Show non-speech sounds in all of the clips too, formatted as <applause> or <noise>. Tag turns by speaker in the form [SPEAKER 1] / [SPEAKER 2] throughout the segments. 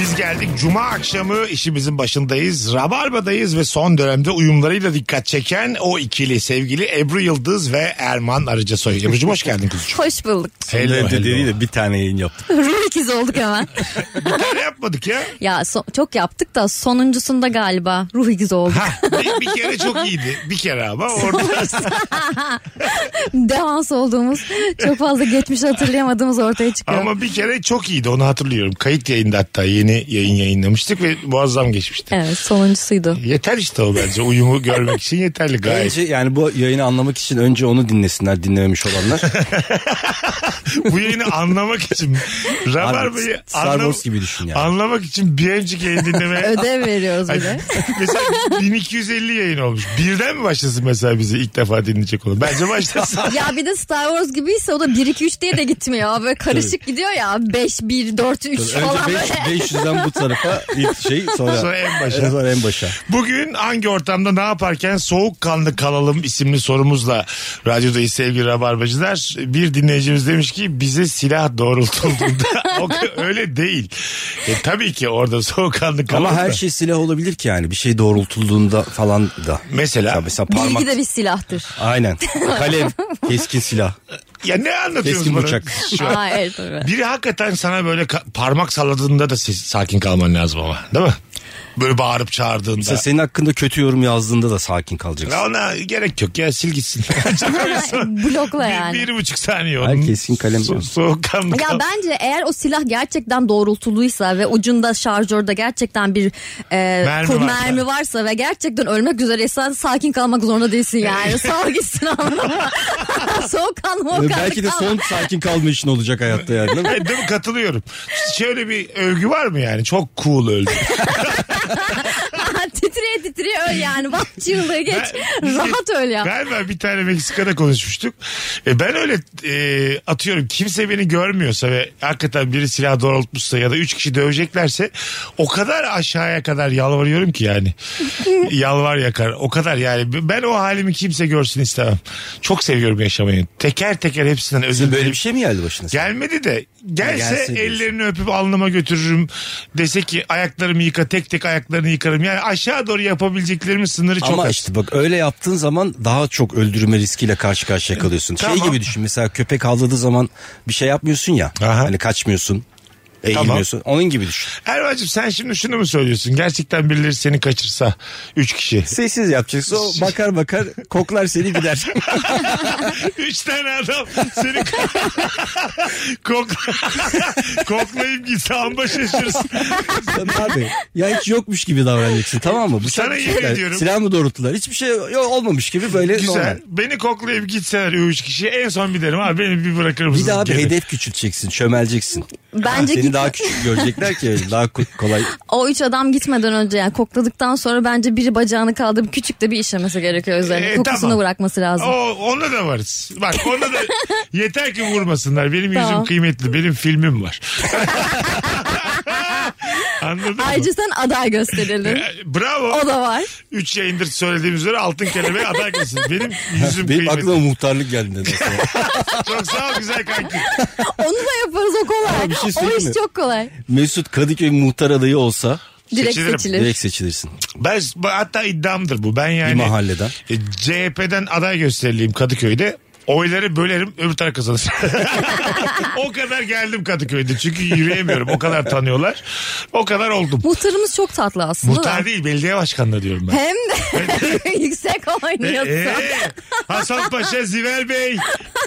[SPEAKER 1] Biz geldik. Cuma akşamı işimizin başındayız. Rabarba'dayız ve son dönemde uyumlarıyla dikkat çeken o ikili sevgili Ebru Yıldız ve Erman Arıcasoy. Ebru'cum hoş geldin
[SPEAKER 2] <laughs>
[SPEAKER 1] kuzucuğum.
[SPEAKER 3] Hoş bulduk.
[SPEAKER 1] Hello,
[SPEAKER 2] Evde
[SPEAKER 1] hello.
[SPEAKER 2] dediği de bir tane yayın yaptım.
[SPEAKER 3] Ruh ikizi olduk hemen.
[SPEAKER 1] Bir tane yapmadık ya.
[SPEAKER 3] <laughs> ya so- çok yaptık da sonuncusunda galiba ruh ikizi olduk.
[SPEAKER 1] Hah, bir, bir kere çok iyiydi. Bir kere ama orada
[SPEAKER 3] <laughs> Devans olduğumuz çok fazla geçmiş hatırlayamadığımız ortaya çıkıyor.
[SPEAKER 1] ama bir kere çok iyiydi onu hatırlıyorum. Kayıt yayında hatta yeni yayın yayınlamıştık ve muazzam geçmişti.
[SPEAKER 3] Evet sonuncusuydu.
[SPEAKER 1] Yeter işte o bence uyumu görmek için yeterli gayet.
[SPEAKER 2] Önce yani bu yayını anlamak için önce onu dinlesinler dinlememiş olanlar.
[SPEAKER 1] Bu yayını anlamak için Rabarba'yı
[SPEAKER 2] Abi, Star
[SPEAKER 1] anlam-
[SPEAKER 2] Wars gibi düşün yani.
[SPEAKER 1] Anlamak için bir önceki yayın dinlemeye
[SPEAKER 3] Ödev veriyoruz
[SPEAKER 1] Ay,
[SPEAKER 3] bir de.
[SPEAKER 1] mesela 1250 yayın olmuş. Birden mi başlasın mesela bizi ilk defa dinleyecek olan? Bence
[SPEAKER 2] <laughs>
[SPEAKER 1] başlasın.
[SPEAKER 3] Ya bir de Star Wars gibiyse o da 1-2-3 diye de gitmiyor. Böyle karışık gidiyor ya 5-1-4-3
[SPEAKER 2] <laughs> Önce
[SPEAKER 3] falan böyle.
[SPEAKER 2] <laughs> 5, 500'den bu tarafa ilk şey sonra,
[SPEAKER 1] Sonra en başa.
[SPEAKER 2] Evet, Sonra en başa.
[SPEAKER 1] Bugün hangi ortamda ne yaparken soğukkanlı kalalım isimli sorumuzla radyodayız sevgili rabarbacılar. Bir dinleyicimiz demiş ki bize silah
[SPEAKER 2] <laughs>
[SPEAKER 1] doğrultulduğunda o ka- öyle değil. E, tabii ki orada soğukkanlı kalalım.
[SPEAKER 2] Ama her
[SPEAKER 1] da.
[SPEAKER 2] şey silah olabilir ki yani bir şey doğrultulduğunda falan da.
[SPEAKER 1] Mesela?
[SPEAKER 2] Ya mesela parmak.
[SPEAKER 3] Bilgi de bir silahtır.
[SPEAKER 2] <laughs> Aynen. Kalem, keskin silah.
[SPEAKER 1] Ya ne anlatıyorsunuz
[SPEAKER 2] Keskin
[SPEAKER 1] bana
[SPEAKER 2] bıçak.
[SPEAKER 1] şu an?
[SPEAKER 3] Aa, evet, tabii.
[SPEAKER 1] Biri hakikaten sana böyle ka- parmak salladığında da ses- sakin kalman lazım ama değil mi? Böyle bağırıp çağırdığında.
[SPEAKER 2] Mesela senin hakkında kötü yorum yazdığında da sakin kalacaksın.
[SPEAKER 1] Ya Ona gerek yok ya
[SPEAKER 3] <laughs>
[SPEAKER 1] sil gitsin.
[SPEAKER 3] Blokla yani.
[SPEAKER 1] Bir, bir buçuk saniye onun.
[SPEAKER 2] Ay, kesin kalem
[SPEAKER 1] So-
[SPEAKER 2] var.
[SPEAKER 1] soğukkanlı
[SPEAKER 3] Ya
[SPEAKER 1] kal-
[SPEAKER 3] bence eğer o silah gerçekten doğrultuluysa ve ucunda şarjörde gerçekten bir e,
[SPEAKER 1] Mermi
[SPEAKER 3] mermi,
[SPEAKER 1] varsa.
[SPEAKER 3] mermi varsa ve gerçekten ölmek üzereysen sakin kalmak zorunda değilsin
[SPEAKER 1] <laughs>
[SPEAKER 3] yani. Sağ gitsin anladın mı? Soğuk kalma o
[SPEAKER 2] Yani
[SPEAKER 3] kadar
[SPEAKER 2] E, belki de
[SPEAKER 3] kalma.
[SPEAKER 2] son sakin kalma işin olacak hayatta yani değil <laughs> mi?
[SPEAKER 1] Ben de mi katılıyorum. Şöyle bir övgü var mı yani? Çok cool öldü.
[SPEAKER 3] <laughs> titreye titreye öl yani. Bak çığlığı geç.
[SPEAKER 1] Ben-
[SPEAKER 3] Rahat öl ya.
[SPEAKER 1] Galiba bir tane Meksika'da konuşmuştuk. E ben öyle e, atıyorum kimse beni görmüyorsa ve hakikaten biri silah doğrultmuşsa ya da üç kişi döveceklerse o kadar aşağıya kadar yalvarıyorum
[SPEAKER 3] <laughs>
[SPEAKER 1] ki yani. Yalvar yakar. O kadar yani. Ben o halimi kimse görsün istemem. Çok seviyorum yaşamayı. Teker teker hepsinden özür
[SPEAKER 2] Sizin böyle
[SPEAKER 1] dilerim.
[SPEAKER 2] bir şey mi geldi başına?
[SPEAKER 1] Gelmedi de gelse,
[SPEAKER 2] Ha, gelse diyorsun.
[SPEAKER 1] ellerini öpüp alnıma götürürüm. Dese ki ayaklarımı yıka tek tek ayaklarını yıkarım. Yani aşağı doğru yapabileceklerimin sınırı çok
[SPEAKER 2] Ama
[SPEAKER 1] az.
[SPEAKER 2] işte bak öyle yaptığın zaman daha çok öldürme riskiyle karşı karşıya kalıyorsun.
[SPEAKER 1] Tamam.
[SPEAKER 2] Şey gibi düşün mesela köpek havladığı zaman bir şey yapmıyorsun ya.
[SPEAKER 1] Aha.
[SPEAKER 2] Hani kaçmıyorsun. Eğilmiyorsun. Onun gibi düşün.
[SPEAKER 1] Ervacığım sen şimdi şunu mu söylüyorsun? Gerçekten birileri seni kaçırsa üç kişi.
[SPEAKER 2] Sessiz yapacaksın. O bakar bakar koklar seni gider. <laughs>
[SPEAKER 1] üç tane adam seni <laughs> kokla- koklayıp gitse
[SPEAKER 3] <laughs>
[SPEAKER 1] amba şaşırsın.
[SPEAKER 2] Abi ya hiç yokmuş gibi davranacaksın tamam mı? Bu
[SPEAKER 1] Sana
[SPEAKER 2] sen-
[SPEAKER 1] yemin ediyorum.
[SPEAKER 2] Silah mı doğrulttular? Hiçbir şey yok- olmamış gibi böyle
[SPEAKER 1] Güzel.
[SPEAKER 2] normal.
[SPEAKER 1] Beni koklayıp gitseler üç kişi en son bir derim abi beni bir bırakır mısınız?
[SPEAKER 2] Bir daha bir
[SPEAKER 1] geri?"
[SPEAKER 2] hedef küçülteceksin, çömeleceksin.
[SPEAKER 3] Bence
[SPEAKER 2] Seni
[SPEAKER 3] git,
[SPEAKER 2] daha küçük görecekler ki öyle, daha ko- kolay.
[SPEAKER 3] o üç adam gitmeden önce yani kokladıktan sonra bence biri bacağını kaldırıp küçük de bir işemesi gerekiyor üzerine.
[SPEAKER 1] E,
[SPEAKER 3] Kokusunu
[SPEAKER 1] tamam.
[SPEAKER 3] bırakması lazım.
[SPEAKER 1] O, ona da varız. Bak
[SPEAKER 3] <laughs>
[SPEAKER 1] ona da yeter ki vurmasınlar. Benim yüzüm
[SPEAKER 3] Tamam.
[SPEAKER 1] kıymetli. Benim
[SPEAKER 3] <laughs>
[SPEAKER 1] filmim var. Anladın mı?
[SPEAKER 3] Ayrıca sen aday gösterildin.
[SPEAKER 1] E, Bravo.
[SPEAKER 3] O da var.
[SPEAKER 1] Üç yayındır söylediğimiz üzere altın kelebeğe aday mısın? Benim yüzüm
[SPEAKER 2] Benim
[SPEAKER 1] kıymetli.
[SPEAKER 2] aklıma muhtarlık <laughs> geldi. nedense.
[SPEAKER 1] Çok sağ ol güzel kanki.
[SPEAKER 3] Onu da yaparız o kolay.
[SPEAKER 2] Ama bir şey
[SPEAKER 3] o
[SPEAKER 2] söyleyeyim
[SPEAKER 3] iş
[SPEAKER 2] mi?
[SPEAKER 3] çok kolay.
[SPEAKER 2] Mesut Kadıköy muhtar adayı olsa
[SPEAKER 3] Direkt
[SPEAKER 1] Seçilirim.
[SPEAKER 3] seçilir.
[SPEAKER 2] direkt seçilirsin.
[SPEAKER 1] Ben hatta iddiamdır bu. Ben yani <laughs>
[SPEAKER 2] Bir mahalleden.
[SPEAKER 1] E, CHP'den aday gösterileyim Kadıköy'de. Oyları bölerim öbür taraf kazanır. <laughs> o kadar geldim Kadıköy'de çünkü yürüyemiyorum. O kadar tanıyorlar. O kadar oldum.
[SPEAKER 3] Muhtarımız çok tatlı aslında.
[SPEAKER 1] Muhtar
[SPEAKER 3] da.
[SPEAKER 1] değil belediye
[SPEAKER 3] <laughs>
[SPEAKER 1] başkanlığı diyorum ben.
[SPEAKER 3] Hem de <laughs> yüksek oynuyorsun.
[SPEAKER 1] Ee, Hasan Paşa Ziver Bey.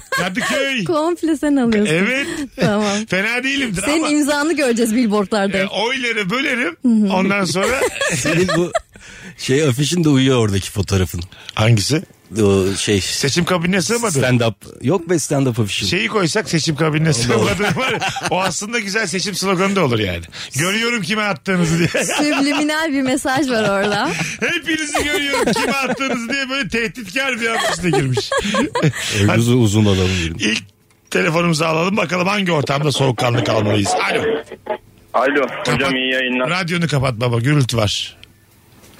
[SPEAKER 1] Kadıköy.
[SPEAKER 3] Komple sen alıyorsun.
[SPEAKER 1] Evet.
[SPEAKER 3] Tamam.
[SPEAKER 1] Fena değilimdir
[SPEAKER 3] Senin
[SPEAKER 1] ama
[SPEAKER 3] imzanı göreceğiz billboardlarda.
[SPEAKER 1] e, oyları bölerim. Ondan sonra
[SPEAKER 2] Senin bu şey afişin de uyuyor oradaki fotoğrafın.
[SPEAKER 1] hangisi?
[SPEAKER 2] O şey
[SPEAKER 1] Seçim kabinine sığmadı.
[SPEAKER 2] stand up. Yok be stand up afişin.
[SPEAKER 1] Şeyi koysak seçim kabinine sığmadı var. ya, O aslında güzel seçim sloganı da olur yani. Görüyorum kime attığınızı diye. <laughs>
[SPEAKER 3] Sübliminal bir mesaj var orada.
[SPEAKER 1] Hepinizi görüyorum kime attığınızı diye böyle tehditkar bir yapışla girmiş.
[SPEAKER 2] Öyle uzun uzun adamın yerim.
[SPEAKER 1] İlk telefonumuzu alalım bakalım hangi ortamda soğukkanlı kalmalıyız. Alo.
[SPEAKER 4] Alo
[SPEAKER 1] Kapat-
[SPEAKER 4] hocam iyi yayınlar.
[SPEAKER 1] Radyonu kapat baba gürültü var.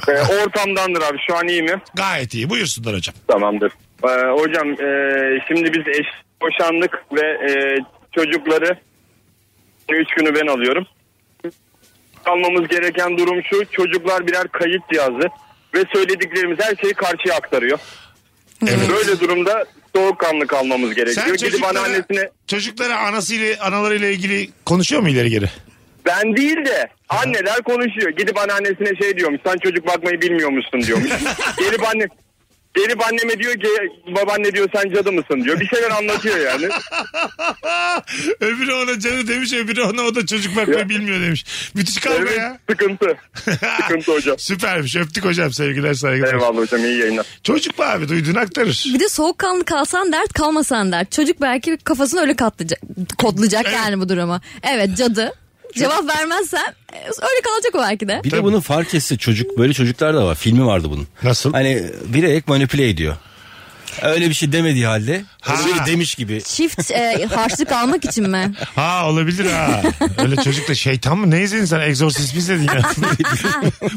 [SPEAKER 4] Ee, ortamdandır abi şu an iyi mi?
[SPEAKER 1] Gayet iyi buyursunlar hocam.
[SPEAKER 4] Tamamdır. Ee, hocam e, şimdi biz eş boşandık ve e, çocukları 3 günü ben alıyorum. Almamız gereken durum şu çocuklar birer kayıt cihazı ve söylediklerimiz her şeyi karşıya aktarıyor.
[SPEAKER 1] Evet.
[SPEAKER 4] Böyle durumda soğukkanlı kalmamız gerekiyor.
[SPEAKER 1] Sen
[SPEAKER 4] Gidip
[SPEAKER 1] çocuklara,
[SPEAKER 4] anneannesine
[SPEAKER 1] çocuklara anasıyla analarıyla ilgili konuşuyor mu ileri geri?
[SPEAKER 4] ben değil de anneler konuşuyor. Gidip anneannesine şey diyormuş. Sen çocuk bakmayı
[SPEAKER 1] <laughs>
[SPEAKER 4] bilmiyormuşsun diyormuş. gelip anne gelip anneme diyor ki babaanne diyor sen cadı mısın diyor. Bir şeyler anlatıyor
[SPEAKER 1] <laughs>
[SPEAKER 4] yani.
[SPEAKER 1] öbürü ona canı demiş öbürü ona o da çocuk bakmayı
[SPEAKER 4] Ya.
[SPEAKER 1] bilmiyor demiş. Müthiş kavga
[SPEAKER 4] Evet
[SPEAKER 1] ya. <laughs>
[SPEAKER 4] sıkıntı. sıkıntı hocam.
[SPEAKER 1] Süpermiş öptük hocam sevgiler saygılar.
[SPEAKER 4] Eyvallah hocam iyi yayınlar.
[SPEAKER 1] Çocuk mu abi duyduğunu aktarır.
[SPEAKER 3] Bir de soğukkanlı kalsan dert kalmasan dert. Çocuk belki kafasını öyle katlayacak, kodlayacak
[SPEAKER 1] Evet.
[SPEAKER 3] yani bu duruma. Evet cadı. Cevap vermezsen e, öyle kalacak o belki de.
[SPEAKER 2] Bir
[SPEAKER 1] Tabii.
[SPEAKER 2] de bunu fark etse çocuk böyle çocuklar da var. Filmi vardı bunun.
[SPEAKER 1] Nasıl?
[SPEAKER 2] Hani bilerek manipüle ediyor. Öyle bir şey demediği halde
[SPEAKER 1] Ha.
[SPEAKER 2] öyle demiş gibi.
[SPEAKER 3] Çift e, harçlık almak için mi?
[SPEAKER 1] Ha olabilir ha. Öyle çocuk da şeytan mı? Ne izledin sen? Exorcist mi izledin ya?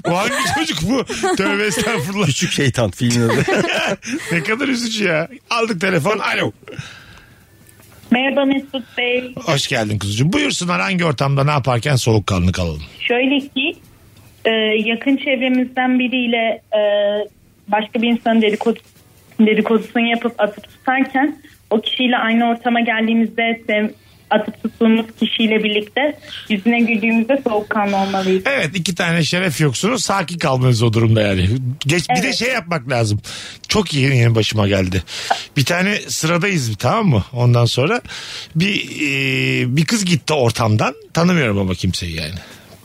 [SPEAKER 1] bu hangi çocuk bu? Tövbe estağfurullah. <laughs>
[SPEAKER 2] Küçük şeytan filmin adı.
[SPEAKER 1] Ne kadar üzücü ya. Aldık telefon. Alo.
[SPEAKER 5] Merhaba Mesut Bey.
[SPEAKER 1] Hoş geldin kuzucuğum. Buyursunlar hangi ortamda ne yaparken soğukkanlı kalalım.
[SPEAKER 5] Şöyle ki e, yakın çevremizden biriyle e, başka bir insanın dedikodu, dedikodusunu yapıp atıp tutarken o kişiyle aynı ortama geldiğimizde sev- atıp tuttuğumuz kişiyle birlikte yüzüne güldüğümüzde soğukkanlı olmalıyız.
[SPEAKER 1] Evet iki tane şeref yoksunuz. Sakin kalmanız o durumda yani. Geç, Bir de
[SPEAKER 5] Evet.
[SPEAKER 1] şey yapmak lazım. Çok iyi yeni başıma geldi. Bir tane sıradayız tamam mı? Ondan sonra bir e, bir kız gitti ortamdan. Tanımıyorum ama kimseyi yani.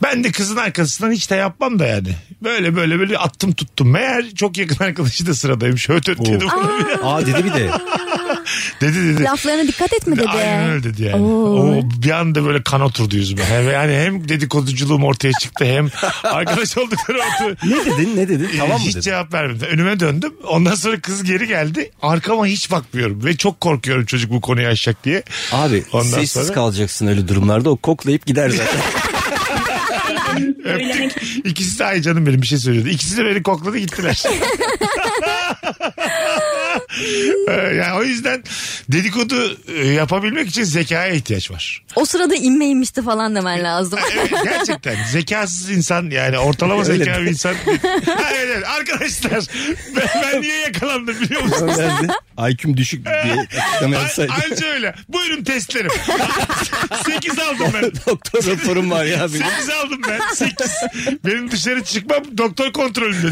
[SPEAKER 1] Ben de kızın arkasından hiç de yapmam da yani. Böyle böyle böyle attım tuttum. Meğer çok yakın arkadaşı da sıradaymış. Öt öt dedi. ona bir-
[SPEAKER 2] Aa dedi bir de.
[SPEAKER 1] <laughs> dedi dedi.
[SPEAKER 3] Laflarına dikkat etme dedi.
[SPEAKER 1] Aynen öyle dedi yani.
[SPEAKER 3] Oo.
[SPEAKER 1] O bir anda böyle kan oturdu yüzüme. Hem, yani hem dedikoduculuğum ortaya çıktı hem arkadaş <laughs> oldukları ortaya.
[SPEAKER 2] Ne dedin ne dedin tamam mı
[SPEAKER 1] Ee, Hiç
[SPEAKER 2] dedi.
[SPEAKER 1] cevap vermedim. Önüme döndüm. Ondan sonra kız geri geldi. Arkama hiç bakmıyorum. Ve çok korkuyorum çocuk bu konuyu açacak diye.
[SPEAKER 2] Abi
[SPEAKER 1] Ondan
[SPEAKER 2] sessiz
[SPEAKER 1] sonra-
[SPEAKER 2] kalacaksın öyle durumlarda o koklayıp gider
[SPEAKER 1] <laughs>
[SPEAKER 2] zaten.
[SPEAKER 5] Benim söylemek
[SPEAKER 1] Öptük. İkisi de ay canım benim bir şey söylüyordu. İkisi de beni kokladı
[SPEAKER 2] <laughs>
[SPEAKER 1] gittiler. Ee, yani o yüzden dedikodu e, yapabilmek için zekaya ihtiyaç var.
[SPEAKER 3] O sırada inme inmişti falan demen
[SPEAKER 1] <laughs>
[SPEAKER 3] lazım.
[SPEAKER 1] Evet gerçekten zekasız insan yani ortalama
[SPEAKER 2] Öyle
[SPEAKER 1] zeka
[SPEAKER 2] mi?
[SPEAKER 1] bir insan. Ha, evet, evet. Arkadaşlar ben, ben niye yakalandım biliyor musunuz?
[SPEAKER 2] Nerede? IQ'm düşük
[SPEAKER 1] <laughs>
[SPEAKER 2] diye açıklama
[SPEAKER 1] Ay-
[SPEAKER 2] yapsaydı.
[SPEAKER 1] Anca öyle. Buyurun testlerim. <laughs> 8 aldım ben.
[SPEAKER 2] <laughs> Doktor raporum var ya benim.
[SPEAKER 1] 8 aldım ben. 8. Benim dışarı çıkmam doktor kontrolünde. <laughs>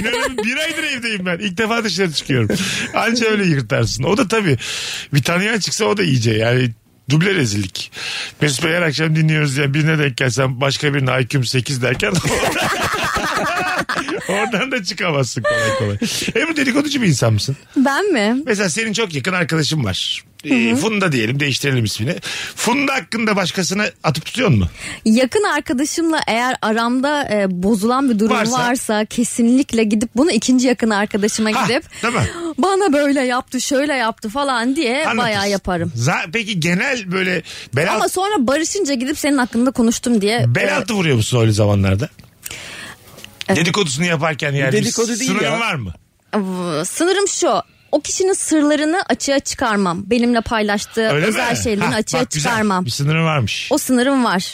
[SPEAKER 1] İnanın bir aydır evdeyim ben. İlk defa dışarı çıkıyorum. Anca öyle yırtarsın. O da tabii bir tanıyan çıksa o da iyice yani Duble rezillik. Mesut Bey her akşam dinliyoruz diye birine denk gelsem başka birine IQ'm 8 derken <laughs> oradan da çıkamazsın kolay kolay. Ebru dedikoducu bir insan mısın?
[SPEAKER 3] ben mi?
[SPEAKER 1] Mesela senin çok yakın arkadaşın var. Ee, Funda diyelim değiştirelim ismini. Funda hakkında başkasına atıp tutuyor mu?
[SPEAKER 3] Yakın arkadaşımla eğer aramda e, bozulan bir durum
[SPEAKER 1] Varsa.
[SPEAKER 3] varsa, kesinlikle gidip bunu ikinci yakın arkadaşıma
[SPEAKER 1] Ha,
[SPEAKER 3] gidip
[SPEAKER 1] değil mi?
[SPEAKER 3] bana böyle yaptı şöyle yaptı falan diye
[SPEAKER 1] Anlatırsın.
[SPEAKER 3] bayağı yaparım.
[SPEAKER 1] Za- Peki genel böyle bel,
[SPEAKER 3] Ama
[SPEAKER 1] alt-
[SPEAKER 3] sonra barışınca gidip senin hakkında konuştum diye. e,
[SPEAKER 1] bel altı vuruyor musun öyle zamanlarda? Dedikodusunu yaparken yani bir
[SPEAKER 2] Dedikodu değil
[SPEAKER 1] sınırın
[SPEAKER 2] ya.
[SPEAKER 1] var mı?
[SPEAKER 3] v- e, Sınırım şu. O kişinin sırlarını açığa çıkarmam. Benimle paylaştığı
[SPEAKER 1] Öyle
[SPEAKER 3] E, özel
[SPEAKER 1] mi?
[SPEAKER 3] şeylerini
[SPEAKER 1] Ha,
[SPEAKER 3] açığa
[SPEAKER 1] bak güzel.
[SPEAKER 3] çıkarmam.
[SPEAKER 1] Bir sınırın varmış.
[SPEAKER 3] O sınırım var.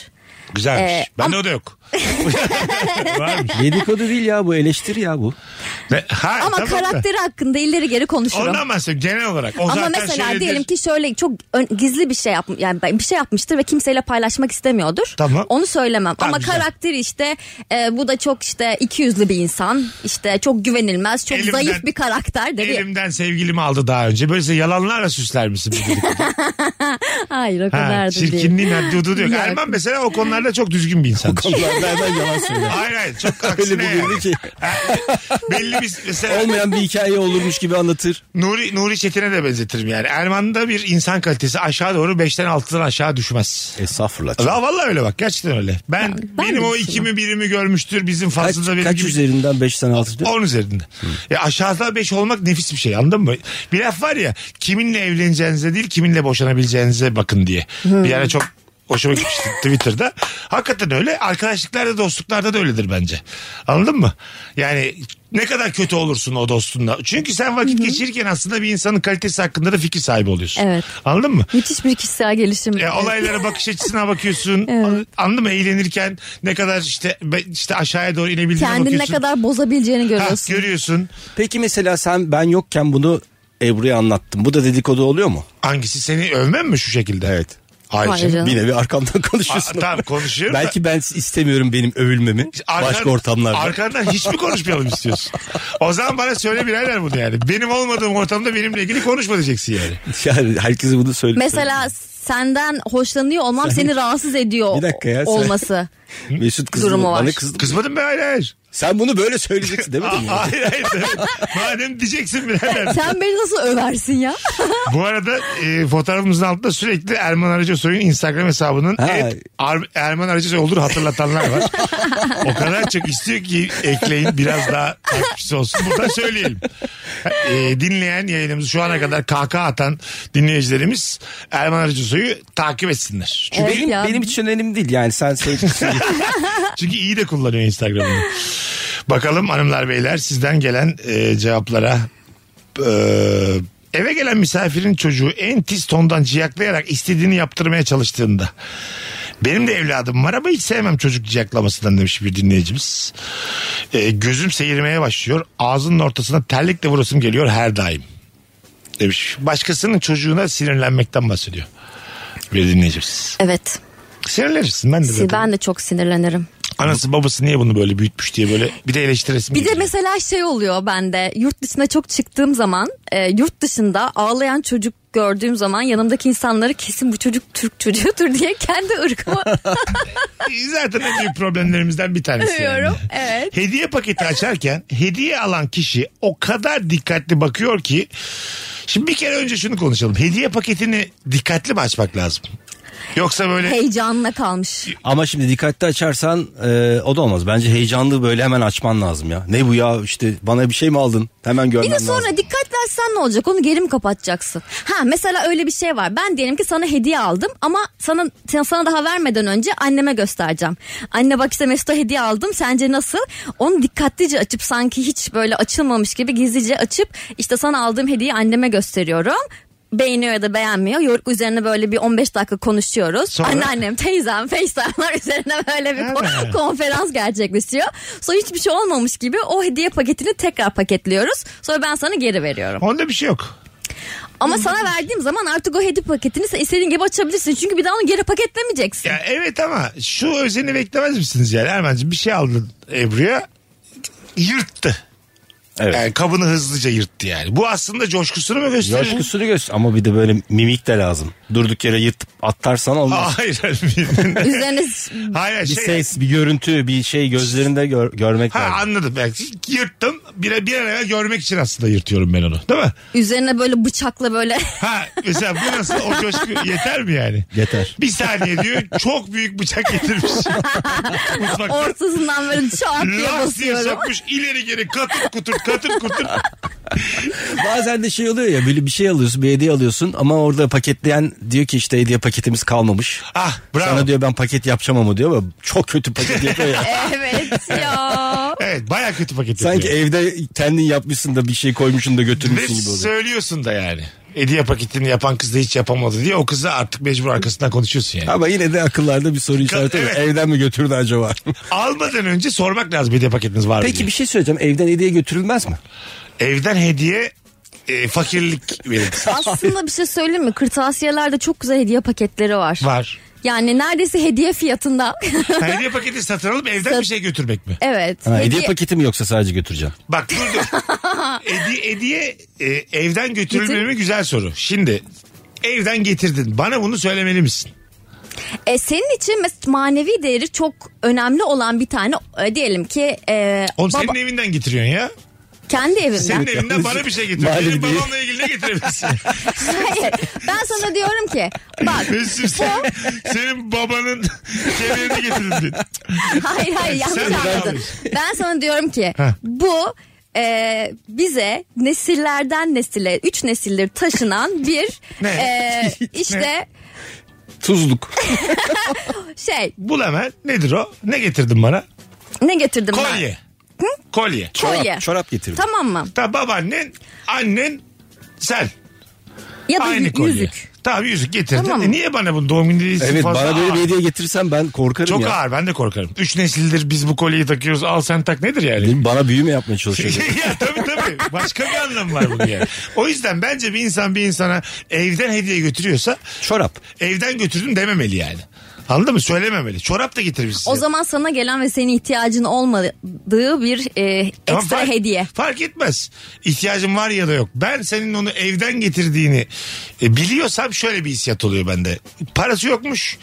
[SPEAKER 1] Güzelmiş.
[SPEAKER 3] Ee,
[SPEAKER 1] Bende o
[SPEAKER 3] <laughs>
[SPEAKER 1] da yok. varmış.
[SPEAKER 2] Dedikodu değil ya bu eleştiri ya bu.
[SPEAKER 1] Ne- Ha,
[SPEAKER 3] Ama
[SPEAKER 1] tamam da.
[SPEAKER 3] karakteri hakkında ileri geri konuşurum.
[SPEAKER 1] Ondan bahsediyorum genel olarak. O
[SPEAKER 3] Ama
[SPEAKER 1] zaten
[SPEAKER 3] mesela
[SPEAKER 1] şöyledir.
[SPEAKER 3] diyelim ki şöyle çok ön- gizli bir şey yapmış yani ben- bir şey yapmıştır ve kimseyle paylaşmak istemiyordur.
[SPEAKER 1] Tamam.
[SPEAKER 3] Onu söylemem.
[SPEAKER 1] Tamam,
[SPEAKER 3] Ama
[SPEAKER 1] güzel.
[SPEAKER 3] karakteri işte e, bu da çok işte iki yüzlü bir insan. İşte çok güvenilmez, çok
[SPEAKER 1] Elimden-
[SPEAKER 3] zayıf bir karakter dedi. <laughs>
[SPEAKER 1] Elimden sevgilimi aldı daha önce. Böylece yalanlarla süsler misin?
[SPEAKER 3] <laughs>
[SPEAKER 1] bu dedikodu?
[SPEAKER 3] Hayır o
[SPEAKER 1] Ha,
[SPEAKER 3] kadar da değil.
[SPEAKER 1] çirkinliğin haddi hududu yok.
[SPEAKER 3] Yok.
[SPEAKER 1] Erman mesela o konularda çok düzgün bir insan.
[SPEAKER 2] anda hemen yalan söylüyor.
[SPEAKER 1] Hayır hayır çok
[SPEAKER 2] <laughs> Öyle
[SPEAKER 1] aksine
[SPEAKER 2] bir
[SPEAKER 1] yani.
[SPEAKER 2] güldü ki.
[SPEAKER 1] Belli bir mesela
[SPEAKER 2] Olmayan bir hikaye olurmuş gibi anlatır.
[SPEAKER 1] Nuri, Nuri Çetin'e de benzetirim yani. Erman'da bir insan kalitesi aşağı doğru 5'ten 6'dan aşağı düşmez.
[SPEAKER 2] E, Estağfurullah.
[SPEAKER 1] La vallahi öyle bak gerçekten öyle. Ben,
[SPEAKER 3] ben
[SPEAKER 1] benim
[SPEAKER 3] de
[SPEAKER 1] o
[SPEAKER 3] düşünüyorum.
[SPEAKER 1] ikimi birimi görmüştür bizim
[SPEAKER 2] Kaç,
[SPEAKER 1] fazla benim
[SPEAKER 2] kaç
[SPEAKER 1] gibi-
[SPEAKER 2] üzerinden 5 tane 6 diyor?
[SPEAKER 1] 10 üzerinde. Ya aşağıda 5 olmak nefis bir şey anladın mı? Bir laf var ya kiminle evleneceğinize değil kiminle boşanabileceğinize bakın diye. Bir yere çok hoşuma gitmişti <laughs> Twitter'da. Hakikaten öyle. Arkadaşlıklarda dostluklarda da öyledir bence. Anladın mı? Yani ne kadar kötü olursun o dostunla. Çünkü sen vakit geçirirken aslında bir insanın kalitesi hakkında da fikir sahibi oluyorsun.
[SPEAKER 3] Evet.
[SPEAKER 1] Anladın mı?
[SPEAKER 3] Müthiş bir kişisel gelişim.
[SPEAKER 1] E, olaylara bakış
[SPEAKER 3] <laughs>
[SPEAKER 1] açısına bakıyorsun. An- Anladın mı? Eğlenirken ne kadar işte işte aşağıya doğru inebildiğine
[SPEAKER 3] Kendini ne
[SPEAKER 1] bakıyorsun.
[SPEAKER 3] kadar bozabileceğini
[SPEAKER 1] Ha,
[SPEAKER 3] görüyorsun.
[SPEAKER 1] görüyorsun.
[SPEAKER 2] Peki mesela sen ben yokken bunu Ebru'ya anlattım. Bu da dedikodu oluyor mu?
[SPEAKER 1] Hangisi seni övmem mi şu şekilde?
[SPEAKER 2] Evet.
[SPEAKER 1] Hayır.
[SPEAKER 3] Hayır canım.
[SPEAKER 2] Bir nevi arkamdan
[SPEAKER 1] Aa,
[SPEAKER 2] konuşuyorsun.
[SPEAKER 1] tamam konuşuyorum. da-
[SPEAKER 2] Belki ben istemiyorum benim övülmemi
[SPEAKER 1] Arkan-
[SPEAKER 2] başka ortamlarda.
[SPEAKER 1] Arkandan hiç mi konuşmayalım istiyorsun? O zaman bana söyle birader bunu yani. Benim olmadığım ortamda benimle ilgili konuşma diyeceksin yani.
[SPEAKER 2] <laughs> Yani herkese bunu söyle.
[SPEAKER 3] Mesela senden hoşlanıyor olmam seni rahatsız ediyor
[SPEAKER 2] Bir dakika ya, sen- <laughs>
[SPEAKER 3] olması.
[SPEAKER 2] Mesut kızdı.
[SPEAKER 3] Durumu var.
[SPEAKER 2] Bana kızdı.
[SPEAKER 1] Kızmadım ben hayır hayır.
[SPEAKER 2] Sen bunu böyle
[SPEAKER 1] <laughs>
[SPEAKER 2] söyleyeceksin demedim
[SPEAKER 1] Aa,
[SPEAKER 2] mi?
[SPEAKER 1] hayır hayır. Madem diyeceksin birader.
[SPEAKER 3] Sen beni nasıl översin ya?
[SPEAKER 1] Bu arada e, fotoğrafımızın altında sürekli Erman Arıcısoy'un Instagram hesabının
[SPEAKER 2] Ha.
[SPEAKER 1] et Ar- Erman Arıcısoy olur hatırlatanlar var. o kadar çok istiyor ki ekleyin biraz daha takipçisi olsun. Burada söyleyelim. E, dinleyen yayınımızı şu ana kadar kahkaha atan dinleyicilerimiz Erman Arıcısoy'u takip etsinler.
[SPEAKER 2] Çünkü
[SPEAKER 3] Evet
[SPEAKER 2] benim,
[SPEAKER 3] ya.
[SPEAKER 2] benim için önemli değil yani sen
[SPEAKER 3] <laughs>
[SPEAKER 2] sevgilisin.
[SPEAKER 1] Çünkü iyi de kullanıyor Instagram'ını. Bakalım hanımlar beyler sizden gelen e, cevaplara. E, eve gelen misafirin çocuğu en tiz tondan ciyaklayarak istediğini yaptırmaya çalıştığında. Benim de evladım var ama hiç sevmem çocuk ciyaklamasından demiş bir dinleyicimiz. E, gözüm seyirmeye başlıyor. Ağzının ortasına terlikle vurasım geliyor her daim. Demiş. Başkasının çocuğuna sinirlenmekten bahsediyor. Bir dinleyicimiz.
[SPEAKER 3] <laughs> Evet.
[SPEAKER 1] Sinirlenirsin ben de.
[SPEAKER 3] Si-
[SPEAKER 1] zaten.
[SPEAKER 3] Ben de çok sinirlenirim.
[SPEAKER 1] Anası babası niye bunu böyle büyütmüş diye böyle bir de eleştiresim.
[SPEAKER 3] Bir de
[SPEAKER 1] geliyor.
[SPEAKER 3] mesela şey oluyor bende. Yurt dışına çok çıktığım zaman e, yurt dışında ağlayan çocuk gördüğüm zaman yanımdaki insanları kesin bu çocuk Türk çocuğudur <laughs> diye kendi ırkıma
[SPEAKER 1] <laughs> zaten en büyük problemlerimizden bir tanesi. yani.
[SPEAKER 3] övüyorum. Evet.
[SPEAKER 1] Hediye paketi açarken hediye alan kişi o kadar dikkatli bakıyor ki şimdi bir kere önce şunu konuşalım. Hediye paketini dikkatli mi açmak lazım? Yoksa böyle
[SPEAKER 3] Heyecanına kalmış.
[SPEAKER 2] Ama şimdi dikkatli açarsan e, o da olmaz. Bence heyecanlı böyle hemen açman lazım ya. Ne bu ya işte bana bir şey mi aldın? Hemen görmen
[SPEAKER 3] Bir de sonra
[SPEAKER 2] lazım.
[SPEAKER 3] dikkat versen ne olacak? Onu geri mi kapatacaksın? Ha mesela öyle bir şey var. Ben diyelim ki sana hediye aldım ama sana sen- sana daha vermeden önce anneme göstereceğim. Anne bak işte Mesut'a hediye aldım. Sence nasıl? Onu dikkatlice açıp sanki hiç böyle açılmamış gibi gizlice açıp işte sana aldığım hediyeyi anneme gösteriyorum. Beğeniyor ya da beğenmiyor. Yoruk üzerine böyle bir 15 dakika konuşuyoruz.
[SPEAKER 1] Sonra?
[SPEAKER 3] Anneannem, teyzem, FaceTime'lar üzerine böyle bir ko- konferans gerçekleşiyor. Sonra hiçbir şey olmamış gibi o hediye paketini tekrar paketliyoruz. Sonra ben sana geri veriyorum.
[SPEAKER 1] onda bir şey yok.
[SPEAKER 3] Ama sana verdiğim zaman artık o hediye paketini sen istediğin gibi açabilirsin. Çünkü bir daha onu geri paketlemeyeceksin.
[SPEAKER 1] Ya evet ama şu özeni beklemez misiniz yani Erman'cığım bir şey aldın Ebru'ya yırttı.
[SPEAKER 2] Evet.
[SPEAKER 1] Yani kabını hızlıca yırttı yani. Bu aslında coşkusunu mu gösterir?
[SPEAKER 2] Coşkusunu göster. Ama bir de böyle mimik de lazım. Durduk yere yırtıp attarsan olmaz.
[SPEAKER 1] <laughs> Hayır. Ermin.
[SPEAKER 3] Üzerine
[SPEAKER 1] Hayır
[SPEAKER 2] bir
[SPEAKER 1] Ah, şey.
[SPEAKER 2] ses, bir görüntü, bir şey gözlerinde gör- görmek
[SPEAKER 1] Ha
[SPEAKER 2] lazım.
[SPEAKER 1] anladım. Yani yırttım. Bir, bir an evvel görmek için aslında yırtıyorum ben onu. Değil mi?
[SPEAKER 3] üzerine böyle bıçakla böyle <laughs>
[SPEAKER 1] Ha mesela bu nasıl o
[SPEAKER 2] <laughs>
[SPEAKER 1] coşku yeter mi yani?
[SPEAKER 2] Yeter.
[SPEAKER 1] Bir saniye diyor çok büyük bıçak
[SPEAKER 2] <laughs>
[SPEAKER 1] getirmiş. Mutfakta.
[SPEAKER 3] ortasından böyle çat diye
[SPEAKER 1] Laks diye
[SPEAKER 3] basıyorum.
[SPEAKER 1] sokmuş ileri geri katır kutur katır
[SPEAKER 2] <laughs>
[SPEAKER 1] kutur.
[SPEAKER 2] Bazen de şey oluyor ya böyle bir şey alıyorsun, bir hediye alıyorsun ama orada paketleyen diyor ki işte hediye paketimiz kalmamış.
[SPEAKER 1] Ah bravo.
[SPEAKER 2] Sana diyor ben paket yapacağım ama diyor ama çok kötü paket
[SPEAKER 1] <laughs>
[SPEAKER 2] yapıyor ya.
[SPEAKER 3] Evet <laughs> ya.
[SPEAKER 1] Evet baya kötü paket
[SPEAKER 2] Sanki
[SPEAKER 1] yapıyor.
[SPEAKER 2] evde kendin yapmışsın da bir şey koymuşsun da götürmüşsün
[SPEAKER 1] Ve
[SPEAKER 2] gibi oluyor.
[SPEAKER 1] söylüyorsun da yani. Hediye paketini yapan kız da hiç yapamadı diye o kızla artık mecbur arkasından konuşuyorsun yani.
[SPEAKER 2] Ama yine de akıllarda bir soru işareti var.
[SPEAKER 1] evet.
[SPEAKER 2] Evden mi götürdü acaba?
[SPEAKER 1] Almadan önce sormak lazım hediye paketiniz var mı
[SPEAKER 2] Peki
[SPEAKER 1] diye.
[SPEAKER 2] bir şey söyleyeceğim. Evden hediye götürülmez mi?
[SPEAKER 1] Evden hediye e, fakirlik <laughs> verintisi.
[SPEAKER 3] Aslında bir şey söyleyeyim mi? Kırtasiyelerde çok güzel hediye paketleri var.
[SPEAKER 1] var.
[SPEAKER 3] Yani neredeyse hediye fiyatında. <laughs>
[SPEAKER 1] Ha, hediye paketi satın alıp evden bir şey götürmek mi?
[SPEAKER 3] evet.
[SPEAKER 2] Ha, hediye... paketi mi yoksa sadece götüreceğim?
[SPEAKER 1] Bak dur dur. Hediye, hediye e, evden götürülmeli mi? Güzel soru. Şimdi evden getirdin. Bana bunu söylemeli misin?
[SPEAKER 3] E, senin için mes- manevi değeri çok önemli olan bir tane e, diyelim ki e,
[SPEAKER 1] Oğlum
[SPEAKER 3] baba-
[SPEAKER 1] senin evinden getiriyorsun ya.
[SPEAKER 3] kendi evimden.
[SPEAKER 1] Senin evinden bana bir şey getiriyor.
[SPEAKER 2] Mali
[SPEAKER 1] Benim
[SPEAKER 2] değil.
[SPEAKER 1] babamla ilgili ne getirebilirsin?
[SPEAKER 3] <laughs> Hayır. Ben sana diyorum ki bak
[SPEAKER 1] Mesut sen, senin babanın kemerini getirdin.
[SPEAKER 3] <laughs> hayır hayır
[SPEAKER 1] Sen
[SPEAKER 3] yanlış
[SPEAKER 1] de
[SPEAKER 3] anladın.
[SPEAKER 1] yanlış.
[SPEAKER 3] Ben sana diyorum ki
[SPEAKER 1] Heh.
[SPEAKER 3] bu e, bize nesillerden nesile üç nesildir taşınan bir
[SPEAKER 1] <laughs> Ne?
[SPEAKER 3] e, işte
[SPEAKER 2] Tuzluk.
[SPEAKER 3] şey
[SPEAKER 1] Bul hemen. Nedir o? Ne getirdin bana?
[SPEAKER 3] ne getirdim ben?
[SPEAKER 1] Kolye. Kolye.
[SPEAKER 3] Kolye.
[SPEAKER 2] Çorap, çorap getirdim.
[SPEAKER 3] Tamam mı?
[SPEAKER 1] Tamam babaannen, annen, sen.
[SPEAKER 3] Ya da
[SPEAKER 1] Aynı
[SPEAKER 3] yü-
[SPEAKER 1] kolye.
[SPEAKER 3] yüzük.
[SPEAKER 1] Tamam yüzük getirdin.
[SPEAKER 3] Tamam.
[SPEAKER 1] E niye bana bu doğum günü hediyesi
[SPEAKER 2] Evet
[SPEAKER 1] fazla
[SPEAKER 2] bana böyle
[SPEAKER 1] ağır?
[SPEAKER 2] bir hediye getirsen ben korkarım
[SPEAKER 1] Çok
[SPEAKER 2] ya.
[SPEAKER 1] ağır ben de korkarım. Üç nesildir biz bu kolyeyi takıyoruz al sen tak nedir yani?
[SPEAKER 2] Değil mi? Bana büyü mü yapmaya çalışıyorsun?
[SPEAKER 1] <laughs> ya tabii tabii. Başka bir anlamı var bunun yani. O yüzden bence bir insan bir insana evden hediye götürüyorsa
[SPEAKER 2] Çorap.
[SPEAKER 1] evden götürdüm dememeli yani. Anladın mı? Söylememeli. Çorap da getirmişsin.
[SPEAKER 3] O zaman sana gelen ve senin ihtiyacın olmadığı bir e,
[SPEAKER 1] Tamam,
[SPEAKER 3] ekstra
[SPEAKER 1] fark-
[SPEAKER 3] hediye.
[SPEAKER 1] Fark etmez. İhtiyacım var ya da yok. Ben senin onu evden getirdiğini e, biliyorsam şöyle bir hissiyat oluyor bende. Parası yokmuş.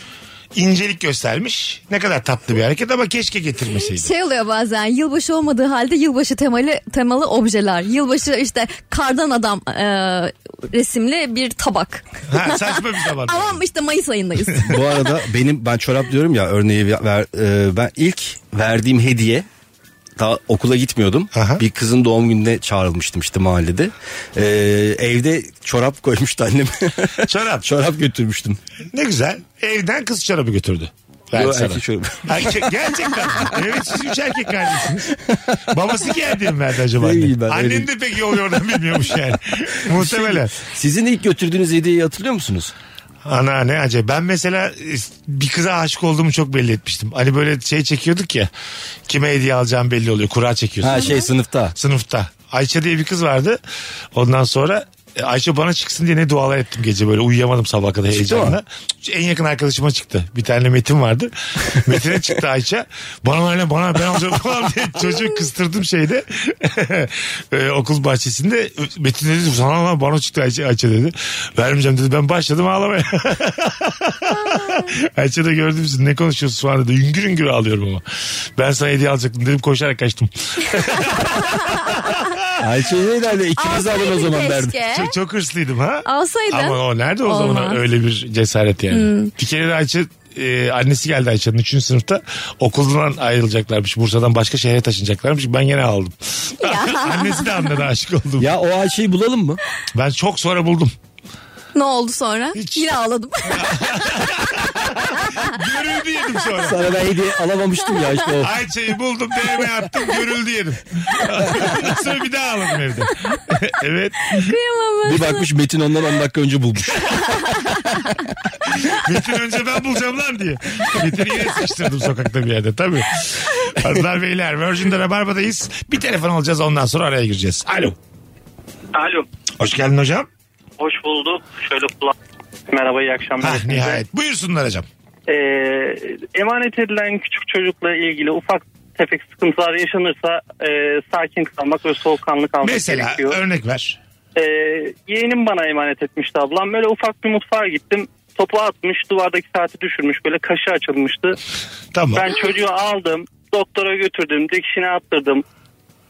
[SPEAKER 1] incelik göstermiş. Ne kadar tatlı bir hareket ama keşke getirmeseydi.
[SPEAKER 3] Şey oluyor bazen yılbaşı olmadığı halde yılbaşı temalı temalı objeler. Yılbaşı işte kardan adam e, resimli bir tabak.
[SPEAKER 1] Ha, saçma bir zaman.
[SPEAKER 3] <laughs> Ama işte Mayıs
[SPEAKER 1] <laughs>
[SPEAKER 3] ayındayız.
[SPEAKER 2] Bu arada benim ben çorap diyorum ya örneği ver, e, ben ilk verdiğim hediye daha okula gitmiyordum.
[SPEAKER 1] Aha.
[SPEAKER 2] Bir kızın doğum gününe çağrılmıştım işte mahallede. E, evde çorap koymuştu annem.
[SPEAKER 1] Çorap.
[SPEAKER 2] <laughs> çorap götürmüştüm.
[SPEAKER 1] Ne güzel. Evden kız çorabı götürdü. Ben
[SPEAKER 2] Yo,
[SPEAKER 1] sana.
[SPEAKER 2] erkek çorabı.
[SPEAKER 1] Erkek- gerçekten. evet siz üç erkek kardeşsiniz. Babası geldi mi verdi acaba?
[SPEAKER 2] Ne
[SPEAKER 1] anne?
[SPEAKER 2] bileyim ben,
[SPEAKER 1] Annen
[SPEAKER 2] öyle-
[SPEAKER 1] de pek yol yordan bilmiyormuş
[SPEAKER 2] <laughs>
[SPEAKER 1] yani. Muhtemelen.
[SPEAKER 2] Şey, Sizin ilk götürdüğünüz hediyeyi hatırlıyor musunuz?
[SPEAKER 1] Ana ne acayip. Ben mesela e, bir kıza aşık olduğumu çok belli etmiştim. Hani böyle şey çekiyorduk ya. Kime hediye alacağım belli oluyor. Kura çekiyorsun.
[SPEAKER 2] Ha
[SPEAKER 3] <laughs>
[SPEAKER 2] şey sınıfta.
[SPEAKER 1] Sınıfta. Ayça diye bir kız vardı. Ondan sonra e, Ayça bana çıksın diye ne dualar ettim gece böyle uyuyamadım sabah kadar heyecanla.
[SPEAKER 2] mı?
[SPEAKER 1] En yakın arkadaşıma çıktı. Bir tane Metin vardı. Metin'e çıktı Ayça. Bana öyle bana ben alacağım falan diye çocuğu kıstırdım şeyde. <laughs> E, okul bahçesinde. Metin dedi sana lan bana çıktı Ayça, Ayça dedi. Vermeyeceğim dedi. Ben başladım ağlamaya. <laughs> Ayça da gördüm siz ne konuşuyorsunuz falan dedi. Üngür üngür ağlıyorum ama. Ben sana hediye alacaktım dedim koşarak kaçtım.
[SPEAKER 2] Ayça'yı herhalde ikiniz alın o
[SPEAKER 3] Alsaydın
[SPEAKER 2] zaman derdim.
[SPEAKER 3] keşke.
[SPEAKER 1] Çok, çok hırslıydım ha.
[SPEAKER 3] E? Alsaydın.
[SPEAKER 1] Ama o nerede o zaman
[SPEAKER 3] Olmaz. Hmm.
[SPEAKER 1] öyle bir cesaret yani. Bir kere de Ayça e, annesi geldi Ayça'nın 3. sınıfta. Okuldan ayrılacaklarmış. Bursa'dan başka şehre taşınacaklarmış. Ben gene aldım. <laughs> annesi de anladı aşık oldum.
[SPEAKER 2] Ya o Ayça'yı bulalım mı?
[SPEAKER 1] Ben çok sonra buldum.
[SPEAKER 3] Ne oldu sonra?
[SPEAKER 1] Hiç.
[SPEAKER 3] Yine
[SPEAKER 1] <laughs>
[SPEAKER 3] ağladım.
[SPEAKER 1] Görüldü yedim sonra.
[SPEAKER 2] Sana ben hediye alamamıştım ya işte o.
[SPEAKER 1] Ayça'yı buldum DM attım görüldü yedim. <laughs> Ondan sonra bir daha aldım evde. <laughs> evet.
[SPEAKER 3] Kıyamam ben.
[SPEAKER 2] Bir bakmış Metin ondan 10 dakika önce bulmuş.
[SPEAKER 1] Metin önce ben bulacağım lan diye. Metin'i yine sıkıştırdım sokakta bir yerde tabii. Hanımlar beyler Virgin'de Rabarba'dayız. Bir telefon alacağız ondan sonra araya gireceğiz. Alo.
[SPEAKER 4] Alo.
[SPEAKER 1] Hoş geldin hocam.
[SPEAKER 4] Hoş bulduk. Şöyle kulak. Merhaba iyi akşamlar.
[SPEAKER 1] Ha, Ah, nihayet. Buyursunlar hocam.
[SPEAKER 4] Ee, emanet edilen küçük çocukla ilgili ufak tefek sıkıntılar yaşanırsa e, sakin kalmak ve soğukkanlı kalmak
[SPEAKER 1] Mesela
[SPEAKER 4] gerekiyor.
[SPEAKER 1] örnek ver.
[SPEAKER 4] Ee, yeğenim bana emanet etmişti ablam. Böyle ufak bir mutfağa gittim. Topu atmış duvardaki saati düşürmüş böyle kaşı açılmıştı.
[SPEAKER 1] Tamam.
[SPEAKER 4] Ben çocuğu aldım doktora götürdüm dikişine attırdım.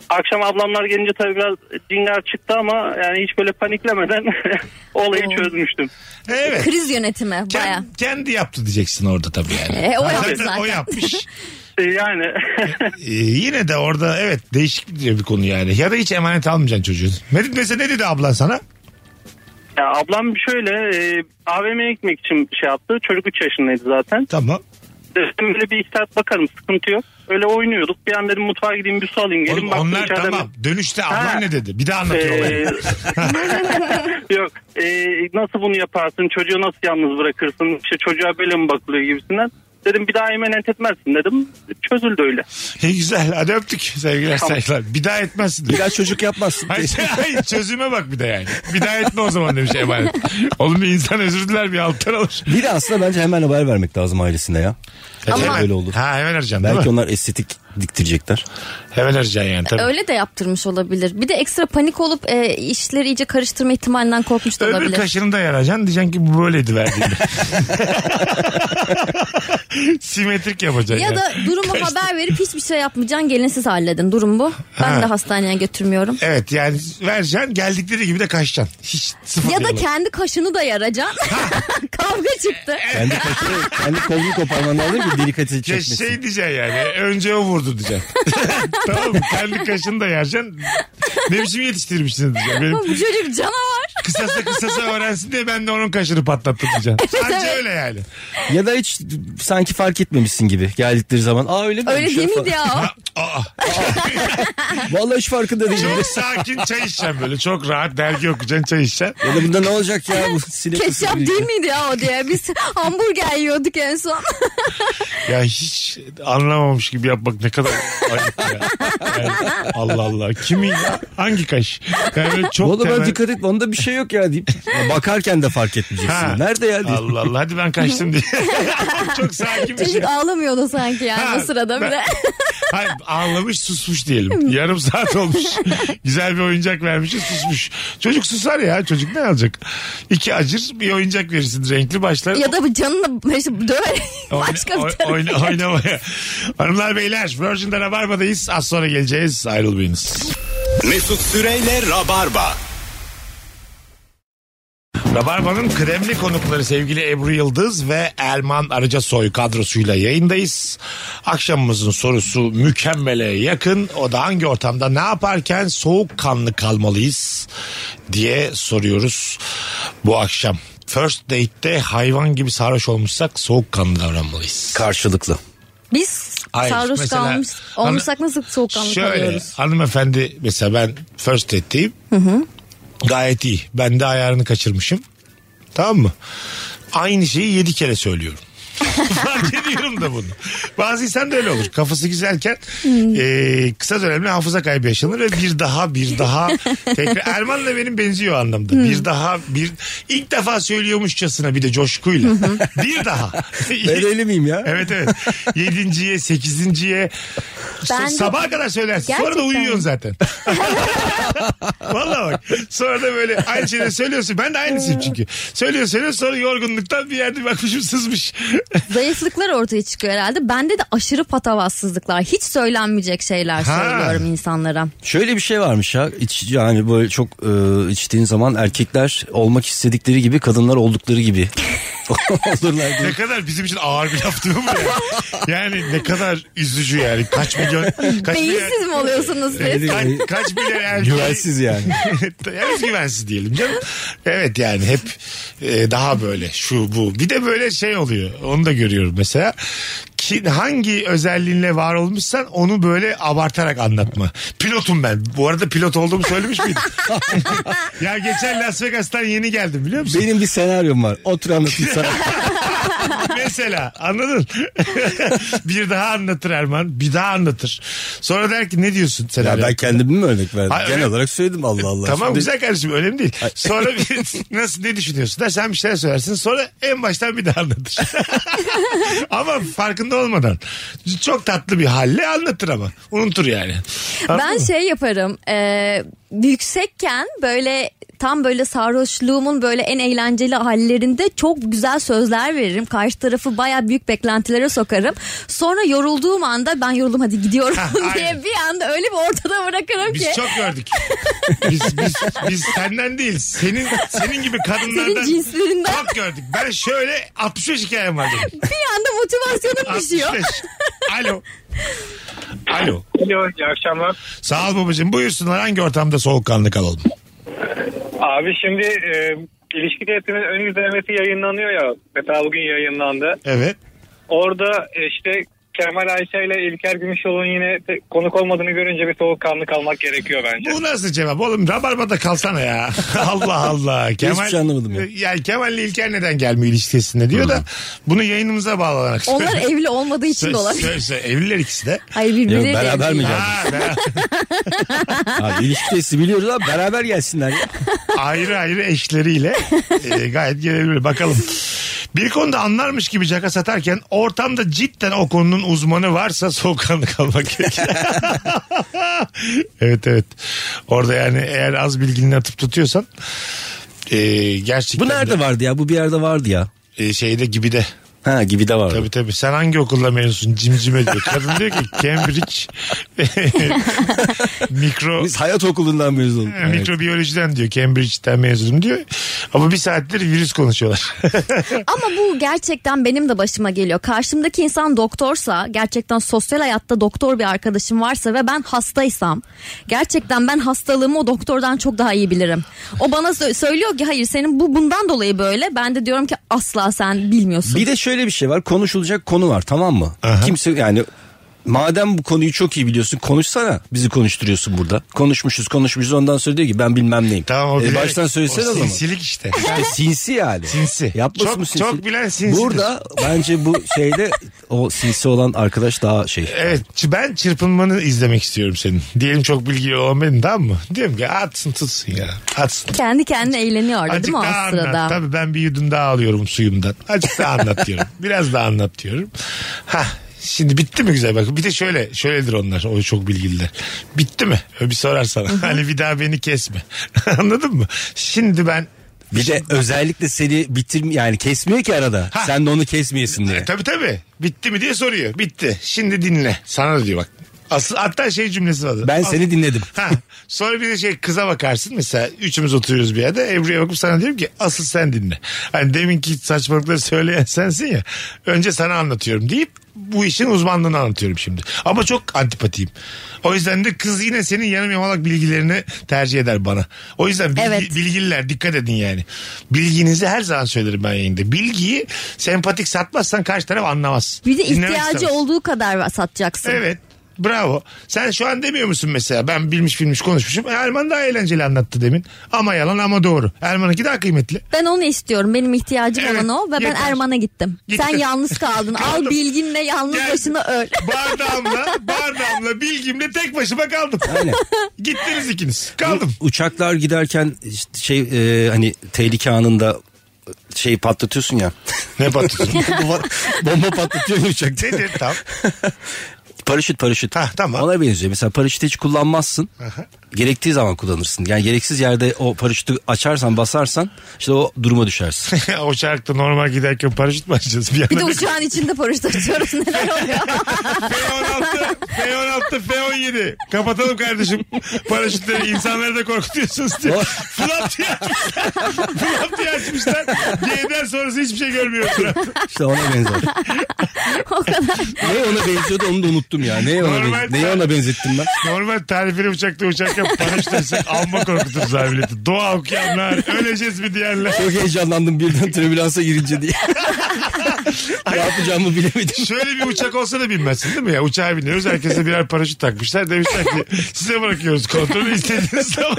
[SPEAKER 4] Akşam ablamlar gelince tabii biraz dingar çıktı ama yani hiç böyle paniklemeden <laughs> olayı
[SPEAKER 3] Oo.
[SPEAKER 4] çözmüştüm.
[SPEAKER 1] Evet.
[SPEAKER 3] Kriz yönetimi
[SPEAKER 1] Kend-
[SPEAKER 3] baya.
[SPEAKER 1] kendi yaptı diyeceksin orada tabii yani.
[SPEAKER 3] E, o yaptı
[SPEAKER 1] O
[SPEAKER 3] zaten.
[SPEAKER 1] yapmış.
[SPEAKER 4] Ee, Yani <laughs>
[SPEAKER 1] Ee, yine de orada evet değişik bir bir konu yani. Ya da hiç emanet almayacaksın çocuğun. Merit mesela ne dedi ablan sana?
[SPEAKER 4] ya ablam şöyle e, AVM'ye gitmek için şey yaptı. Çocuk 3 yaşındaydı zaten.
[SPEAKER 1] Tamam.
[SPEAKER 4] Dedim böyle bir iki saat bakarım sıkıntı yok. Öyle oynuyorduk. Bir an dedim mutfağa gideyim bir su alayım gelin.
[SPEAKER 1] Oğlum,
[SPEAKER 4] Baktım
[SPEAKER 1] onlar
[SPEAKER 4] içeride-
[SPEAKER 1] tamam. Dönüşte
[SPEAKER 4] Ha.
[SPEAKER 1] ablan ne dedi? Bir daha anlatıyor olayı.
[SPEAKER 4] Ee, <laughs> yok. Ee, nasıl bunu yaparsın? Çocuğu nasıl yalnız bırakırsın? İşte çocuğa böyle mi bakılıyor gibisinden. Dedim bir daha emanet etmezsin dedim. Çözüldü öyle.
[SPEAKER 1] Ne güzel. Hadi öptük sevgiler
[SPEAKER 4] Tamam.
[SPEAKER 1] saygılar. Bir daha etmezsin.
[SPEAKER 2] Bir daha çocuk
[SPEAKER 1] <laughs>
[SPEAKER 2] yapmazsın.
[SPEAKER 1] Hayır, hayır, çözüme bak bir de yani. Bir daha etme o zaman demiş emanet. Oğlum bir insan özür diler bir alttan alır.
[SPEAKER 2] Bir de aslında bence hemen haber vermek lazım ailesine ya.
[SPEAKER 3] Ama-
[SPEAKER 2] Hemen. Öyle oldu.
[SPEAKER 1] Ha hemen arayacaksın değil
[SPEAKER 2] Belki
[SPEAKER 1] mi?
[SPEAKER 2] onlar estetik diktirecekler.
[SPEAKER 1] Hemen arayacaksın yani tabii.
[SPEAKER 3] Öyle de yaptırmış olabilir. Bir de ekstra panik olup e, işleri iyice karıştırma ihtimalinden korkmuş da
[SPEAKER 1] Öbür
[SPEAKER 3] olabilir.
[SPEAKER 1] kaşını da yaracaksın. Diyeceksin ki bu
[SPEAKER 3] <laughs>
[SPEAKER 1] böyleydi verdiğinde. Simetrik yapacaksın.
[SPEAKER 3] ya
[SPEAKER 1] yani.
[SPEAKER 3] da durumu haber verip hiçbir şey yapmayacaksın gelin siz halledin. Durum bu. Ben
[SPEAKER 1] Ha.
[SPEAKER 3] de hastaneye götürmüyorum.
[SPEAKER 1] Evet yani vereceksin geldikleri gibi de kaçacaksın. Hiç sıfır
[SPEAKER 3] Ya da
[SPEAKER 1] diyalog.
[SPEAKER 3] kendi kaşını da yaracaksın. <laughs> Kavga çıktı.
[SPEAKER 2] Kendi kaşını, kendi kolunu koparman lazım ki delikatesi
[SPEAKER 1] Ya
[SPEAKER 2] çekmesin.
[SPEAKER 1] şey diyeceksin yani önce o vurdu diyeceksin. tamam mı? kendi kaşını da yaracaksın. Ne biçim yetiştirmişsiniz diyeceksin. Benim
[SPEAKER 3] Bu çocuk canavar.
[SPEAKER 1] kısasa kısasa öğrensin diye ben de onun kaşını patlattım diyeceksin. Anca
[SPEAKER 3] evet.
[SPEAKER 1] öyle yani.
[SPEAKER 2] Ya da hiç sanki fark etmemişsin gibi geldikleri zaman. Aa öyle mi?
[SPEAKER 3] Öyle
[SPEAKER 1] şey
[SPEAKER 3] değil miydi ya o?
[SPEAKER 1] Ha, aa.
[SPEAKER 2] Vallahi hiç farkında değilim.
[SPEAKER 3] <laughs>
[SPEAKER 1] Çok sakin çay içeceksin böyle. Çok rahat dergi okuyacaksın çay içeceksin.
[SPEAKER 2] ya da bunda ne olacak ya bu
[SPEAKER 3] <laughs>
[SPEAKER 2] sinek
[SPEAKER 3] Ketçap
[SPEAKER 2] ısırıyor.
[SPEAKER 3] değil miydi ya o diye. Biz
[SPEAKER 1] <laughs>
[SPEAKER 3] hamburger yiyorduk en son.
[SPEAKER 1] Ya hiç anlamamış gibi yapmak ne kadar ayıp ya. Yani Allah Allah. Kimi ya? Hangi kaş? Yani böyle çok
[SPEAKER 2] Valla ben
[SPEAKER 1] temel-
[SPEAKER 2] dikkat etme onda bir şey yok ya deyip. <laughs> Ya bakarken de fark etmeyeceksin.
[SPEAKER 1] Ha.
[SPEAKER 2] Nerede ya deyip.
[SPEAKER 1] Allah Allah hadi ben kaçtım diye. çok sakin bir şey.
[SPEAKER 3] Çocuk ağlamıyordu sanki
[SPEAKER 1] Ha,
[SPEAKER 3] yani o sırada bir de.
[SPEAKER 1] Hayır, ağlamış susmuş diyelim. Yarım
[SPEAKER 3] <laughs>
[SPEAKER 1] saat olmuş. Güzel bir oyuncak vermişiz susmuş. Çocuk susar ya çocuk ne alacak? İki acır bir oyuncak verirsin renkli başlar.
[SPEAKER 3] <laughs> ya da bu canını işte döver.
[SPEAKER 1] Oyna-
[SPEAKER 3] Başka bir
[SPEAKER 1] <laughs> oy-
[SPEAKER 3] tarafa.
[SPEAKER 1] oyna- oynamaya. Hanımlar beyler Virgin'de Rabarba'dayız. Az sonra geleceğiz ayrılmayınız.
[SPEAKER 6] Mesut Süreyle Rabarba.
[SPEAKER 1] Rabarba'nın kremli konukları sevgili Ebru Yıldız ve Erman Arıcasoy kadrosuyla yayındayız. Akşamımızın sorusu mükemmele yakın. O da hangi ortamda ne yaparken soğukkanlı kalmalıyız diye soruyoruz bu akşam. First date'te hayvan gibi sarhoş olmuşsak soğukkanlı davranmalıyız.
[SPEAKER 2] Karşılıklı.
[SPEAKER 3] Biz
[SPEAKER 1] Hayır,
[SPEAKER 3] sarhoş
[SPEAKER 1] mesela
[SPEAKER 3] kalmış olmuşsak
[SPEAKER 1] hanı-
[SPEAKER 3] nasıl soğukkanlı
[SPEAKER 1] Şöyle
[SPEAKER 3] kalıyoruz?
[SPEAKER 1] hanımefendi mesela ben first date'teyim. Gayet iyi. Ben de ayarını kaçırmışım. Tamam mı? Aynı şeyi yedi kere söylüyorum. <laughs> Fark ediyorum da bunu. Bazı insan da öyle olur. Kafası güzelken
[SPEAKER 3] Hmm.
[SPEAKER 1] e, kısa dönemli hafıza kaybı yaşanır ve bir daha
[SPEAKER 3] <laughs>
[SPEAKER 1] bir daha tekrar Erman'la benim benziyor o anlamda.
[SPEAKER 3] Hmm.
[SPEAKER 1] Bir daha bir ilk defa söylüyormuşçasına bir de coşkuyla. bir daha. <laughs>
[SPEAKER 2] Ben öyle miyim ya?
[SPEAKER 1] Evet evet. Yedinciye, sekizinciye.
[SPEAKER 3] Ben
[SPEAKER 1] so-
[SPEAKER 3] de-
[SPEAKER 1] sabaha kadar söylersin. Sonra da
[SPEAKER 3] Gerçekten. <laughs>
[SPEAKER 1] uyuyorsun zaten. Vallahi bak. Sonra da böyle aynı şeyleri söylüyorsun. Ben de aynısıyım çünkü. Söylüyor söylüyor sonra yorgunluktan bir yerde
[SPEAKER 3] <laughs>
[SPEAKER 1] bakmışım sızmış.
[SPEAKER 3] Zayıflıklar ortaya çıkıyor herhalde. Bende de aşırı patavatsızlıklar. Hiç söylenmeyecek şeyler
[SPEAKER 1] Ha.
[SPEAKER 3] söylüyorum insanlara.
[SPEAKER 2] Şöyle bir şey varmış ya. İç, yani böyle çok e, içtiğin zaman erkekler olmak istedikleri gibi kadınlar oldukları gibi <laughs> olurlar diye.
[SPEAKER 1] ne kadar bizim için ağır bir laf değil mi? Yani ne kadar üzücü yani. Kaç milyon... Kaç
[SPEAKER 3] Beyinsiz şey. mi oluyorsunuz siz?
[SPEAKER 1] Kaç, kaç milyon erkeği...
[SPEAKER 2] Güvensiz yani.
[SPEAKER 1] <laughs> yani güvensiz diyelim canım. Evet yani hep e, daha böyle şu bu. Bir de böyle şey oluyor. Onu da görüyorum mesela. Ki, hangi özelliğinle var olmuşsan onu böyle abartarak anlatma. Pilotum ben. Bu arada pilot olduğumu söylemiş miydim? ya geçen Las Vegas'tan yeni geldim biliyor musun?
[SPEAKER 2] Benim bir senaryom var. Otur anlatayım <laughs> sana.
[SPEAKER 1] Mesela anladın? <laughs> bir daha anlatır Erman. Bir daha anlatır. Sonra der ki ne diyorsun sen?
[SPEAKER 2] Ya
[SPEAKER 1] hala?
[SPEAKER 2] ben kendimi mi örnek verdim?
[SPEAKER 1] Hayır,
[SPEAKER 2] Genel
[SPEAKER 1] öyle-
[SPEAKER 2] olarak söyledim Allah Allah.
[SPEAKER 1] Tamam
[SPEAKER 2] Şimdi-
[SPEAKER 1] güzel kardeşim önemli değil. Sonra bir, <laughs> nasıl ne düşünüyorsun der sen bir şeyler söylersin sonra en baştan bir daha anlatır. <laughs> ama farkında olmadan çok tatlı bir halle anlatır ama unutur yani. Anladın
[SPEAKER 3] Ben
[SPEAKER 1] mı?
[SPEAKER 3] şey yaparım. E, yüksekken böyle tam böyle sarhoşluğumun böyle en eğlenceli hallerinde çok güzel sözler veririm. Karşı tarafı baya büyük beklentilere sokarım. Sonra yorulduğum anda ben yoruldum hadi gidiyorum
[SPEAKER 1] Ha,
[SPEAKER 3] <laughs>
[SPEAKER 1] aynen.
[SPEAKER 3] diye bir anda öyle bir ortada bırakırım
[SPEAKER 1] biz
[SPEAKER 3] ki.
[SPEAKER 1] çok gördük. Biz, biz, biz senden değil. Senin senin gibi kadınlardan
[SPEAKER 3] Senin cinslerinden.
[SPEAKER 1] çok gördük. Ben şöyle 65 hikayem var
[SPEAKER 3] <laughs>
[SPEAKER 1] benim.
[SPEAKER 3] Bir anda
[SPEAKER 1] <laughs>
[SPEAKER 3] motivasyonum düşüyor.
[SPEAKER 1] 65. Alo. Alo.
[SPEAKER 7] Alo, iyi akşamlar.
[SPEAKER 1] Sağ ol babacığım. Buyursunlar hangi ortamda soğukkanlı kalalım?
[SPEAKER 7] Abi şimdi e, ilişki testinin ön izlemesi yayınlanıyor ya. Mesela bugün yayınlandı.
[SPEAKER 1] Evet.
[SPEAKER 7] Orada e, işte Kemal Ayşe ile İlker Gümüşoğlu'nun yine te- konuk olmadığını görünce bir soğukkanlı kalmak gerekiyor bence.
[SPEAKER 1] Bu nasıl cevap oğlum? Rabarba'da kalsana ya. <laughs> Allah Allah.
[SPEAKER 2] şey anlamadım ya.
[SPEAKER 1] Yani Kemal ile İlker neden gelmiyor ilişkisinde diyor da bunu yayınımıza bağlanarak.
[SPEAKER 3] Onlar evli olmadığı için de
[SPEAKER 1] Sö-
[SPEAKER 3] olabilir.
[SPEAKER 1] sö- sö- Evliler ikisi de.
[SPEAKER 3] Hayır birbirleriyle
[SPEAKER 2] Yok, beraber
[SPEAKER 3] evli
[SPEAKER 2] mi
[SPEAKER 3] değil.
[SPEAKER 2] geldi?
[SPEAKER 1] Ha, ben-
[SPEAKER 2] Ha, ilişki testi biliyoruz ama beraber gelsinler ya.
[SPEAKER 1] ayrı ayrı eşleriyle e, gayet gelebilir. Bakalım. Bir konuda anlarmış gibi caka satarken ortamda cidden o konunun uzmanı varsa soğukkanlı kalmak gerekir. <laughs> evet evet. Orada yani eğer az bilgini atıp tutuyorsan e, gerçekten
[SPEAKER 2] Bu nerede
[SPEAKER 1] de,
[SPEAKER 2] vardı ya? Bu bir yerde vardı ya.
[SPEAKER 1] e, şeyde gibi de
[SPEAKER 2] Ha gibi de vardı.
[SPEAKER 1] Tabii tabii. Sen hangi okulda mezunsun? Cimcime diyor. Kadın diyor ki <laughs> Cambridge mikro <laughs>
[SPEAKER 2] Biz hayat okulundan mezun. Evet.
[SPEAKER 1] mikrobiyolojiden diyor. Cambridge'den mezunum diyor. Ama bir saattir virüs konuşuyorlar. <laughs>
[SPEAKER 3] Ama bu gerçekten benim de başıma geliyor. Karşımdaki insan doktorsa, gerçekten sosyal hayatta doktor bir arkadaşım varsa ve ben hastaysam, gerçekten ben hastalığımı o doktordan çok daha iyi bilirim. O bana sö- söylüyor ki hayır senin bu bundan dolayı böyle. Ben de diyorum ki asla sen bilmiyorsun.
[SPEAKER 2] Bir de şöyle bir şey var. Konuşulacak konu var tamam mı? Kimse yani madem bu konuyu çok iyi biliyorsun konuşsana. Bizi konuşturuyorsun burada. Konuşmuşuz konuşmuşuz ondan sonra diyor ki ben bilmem neyim.
[SPEAKER 1] tamam o
[SPEAKER 2] E,
[SPEAKER 1] bilerek-
[SPEAKER 2] baştan söylesene o zaman.
[SPEAKER 1] Sinsilik işte.
[SPEAKER 2] İşte sinsi yani.
[SPEAKER 1] Sinsi.
[SPEAKER 2] Yapması
[SPEAKER 1] Çok-
[SPEAKER 2] mı sinsi?
[SPEAKER 1] çok bilen sinsidir.
[SPEAKER 2] Burada bence bu şeyde o sinsi olan arkadaş daha şey.
[SPEAKER 1] Evet ç- ben çırpınmanı izlemek istiyorum senin. Diyelim çok bilgili olan benim tamam mı? Diyorum ki atsın tutsun ya. Atsın.
[SPEAKER 3] Kendi kendine eğleniyor orada değil
[SPEAKER 1] Azıcık
[SPEAKER 3] mi o
[SPEAKER 1] daha
[SPEAKER 3] sırada?
[SPEAKER 1] anlat. Tabii ben bir yudum daha alıyorum suyumdan. Azıcık daha
[SPEAKER 3] <laughs>
[SPEAKER 1] anlat diyorum. Biraz daha anlat diyorum. Hah Şimdi bitti mi güzel bak. Bir de şöyle şöyledir onlar o çok bilgililer. Bitti mi? Bir sorar sana. hani bir daha beni kesme. <laughs> Anladın mı? Şimdi ben
[SPEAKER 2] Bir de özellikle seni bitirm yani kesmiyor ki arada.
[SPEAKER 1] Ha. E,
[SPEAKER 2] Sen de onu kesmeyesin diye.
[SPEAKER 1] Tabii tabii. Bitti mi diye soruyor. Bitti. Şimdi dinle. Sana da diyor bak. Asıl, hatta şey cümlesi vardı.
[SPEAKER 2] Ben
[SPEAKER 1] Al-
[SPEAKER 2] seni dinledim.
[SPEAKER 1] Ha, sonra bir de şey kıza bakarsın mesela üçümüz oturuyoruz bir yerde Ebru'ya bakıp sana diyorum ki asıl sen dinle. Hani deminki saçmalıkları söyleyen sensin ya önce sana anlatıyorum deyip bu işin uzmanlığını anlatıyorum şimdi. Ama çok antipatiyim. O yüzden de kız yine senin yarım yamalak bilgilerini tercih eder bana. O yüzden bilgi-
[SPEAKER 3] Evet.
[SPEAKER 1] bilgililer dikkat edin yani. Bilginizi her zaman söylerim ben yayında. Bilgiyi sempatik satmazsan karşı taraf anlamaz.
[SPEAKER 3] Bir de
[SPEAKER 1] Dinlemek
[SPEAKER 3] ihtiyacı
[SPEAKER 1] istemez.
[SPEAKER 3] olduğu kadar satacaksın.
[SPEAKER 1] Evet. Bravo. Sen şu an demiyor musun mesela ben bilmiş bilmiş konuşmuşum. E, Erman daha eğlenceli anlattı demin. Ama yalan ama doğru. Erman'ınki daha kıymetli.
[SPEAKER 3] Ben onu istiyorum. Benim ihtiyacım
[SPEAKER 1] Evet,
[SPEAKER 3] olan o ve ben
[SPEAKER 1] yeter.
[SPEAKER 3] Erman'a gittim.
[SPEAKER 1] Gittin.
[SPEAKER 3] Sen yalnız kaldın. Al
[SPEAKER 1] Kaldım.
[SPEAKER 3] bilginle yalnız
[SPEAKER 1] Gel.
[SPEAKER 3] başına öl.
[SPEAKER 1] Bardağımla, bardağımla, bilgimle tek başıma kaldım.
[SPEAKER 2] Aynen.
[SPEAKER 1] Gittiniz ikiniz. Kaldım.
[SPEAKER 2] Uçaklar giderken işte şey e, hani tehlike anında şey patlatıyorsun ya.
[SPEAKER 1] ne <laughs> patladın?
[SPEAKER 2] Bomba patlatıyorsun uçakta.
[SPEAKER 1] Nedir tam? <laughs>
[SPEAKER 2] Paraşüt paraşüt.
[SPEAKER 1] Ha, tamam.
[SPEAKER 2] Ona benziyor. Mesela paraşütü hiç kullanmazsın. Gerektiği zaman kullanırsın. Yani gereksiz yerde o paraşütü açarsan basarsan işte o duruma düşersin.
[SPEAKER 1] <laughs> Uçakta normal giderken paraşüt mü açacağız? Bir,
[SPEAKER 3] Bir de
[SPEAKER 1] anda-
[SPEAKER 3] uçağın içinde paraşüt
[SPEAKER 1] <laughs>
[SPEAKER 3] açıyoruz. Neler oluyor?
[SPEAKER 1] F-16, F-16, F-17. Kapatalım kardeşim. Paraşütleri insanları da korkutuyorsunuz diye.
[SPEAKER 2] O-
[SPEAKER 1] Flap diye açmışlar. Flap diye açmışlar. G'den sonrası hiçbir şey görmüyorum.
[SPEAKER 2] işte ona benzer.
[SPEAKER 3] <laughs> o kadar.
[SPEAKER 2] ne ona benziyordu onu da unuttum ya. Neye ona,
[SPEAKER 1] Normal-
[SPEAKER 2] benz- neye ona benzettim ben?
[SPEAKER 1] Normal tarifeli uçakta uçarken paraşüt açsak amma korkuturuz abi milleti. Doğa okuyanlar öleceğiz mi diyenler.
[SPEAKER 2] Çok heyecanlandım birden türbülansa
[SPEAKER 1] <laughs>
[SPEAKER 2] girince diye. ne yapacağımı bilemedim.
[SPEAKER 1] Şöyle bir uçak olsa da binmezsin değil mi ya? Uçağa biniyoruz herkese birer paraşüt takmışlar. Demişler ki size bırakıyoruz kontrolü istediğiniz zaman.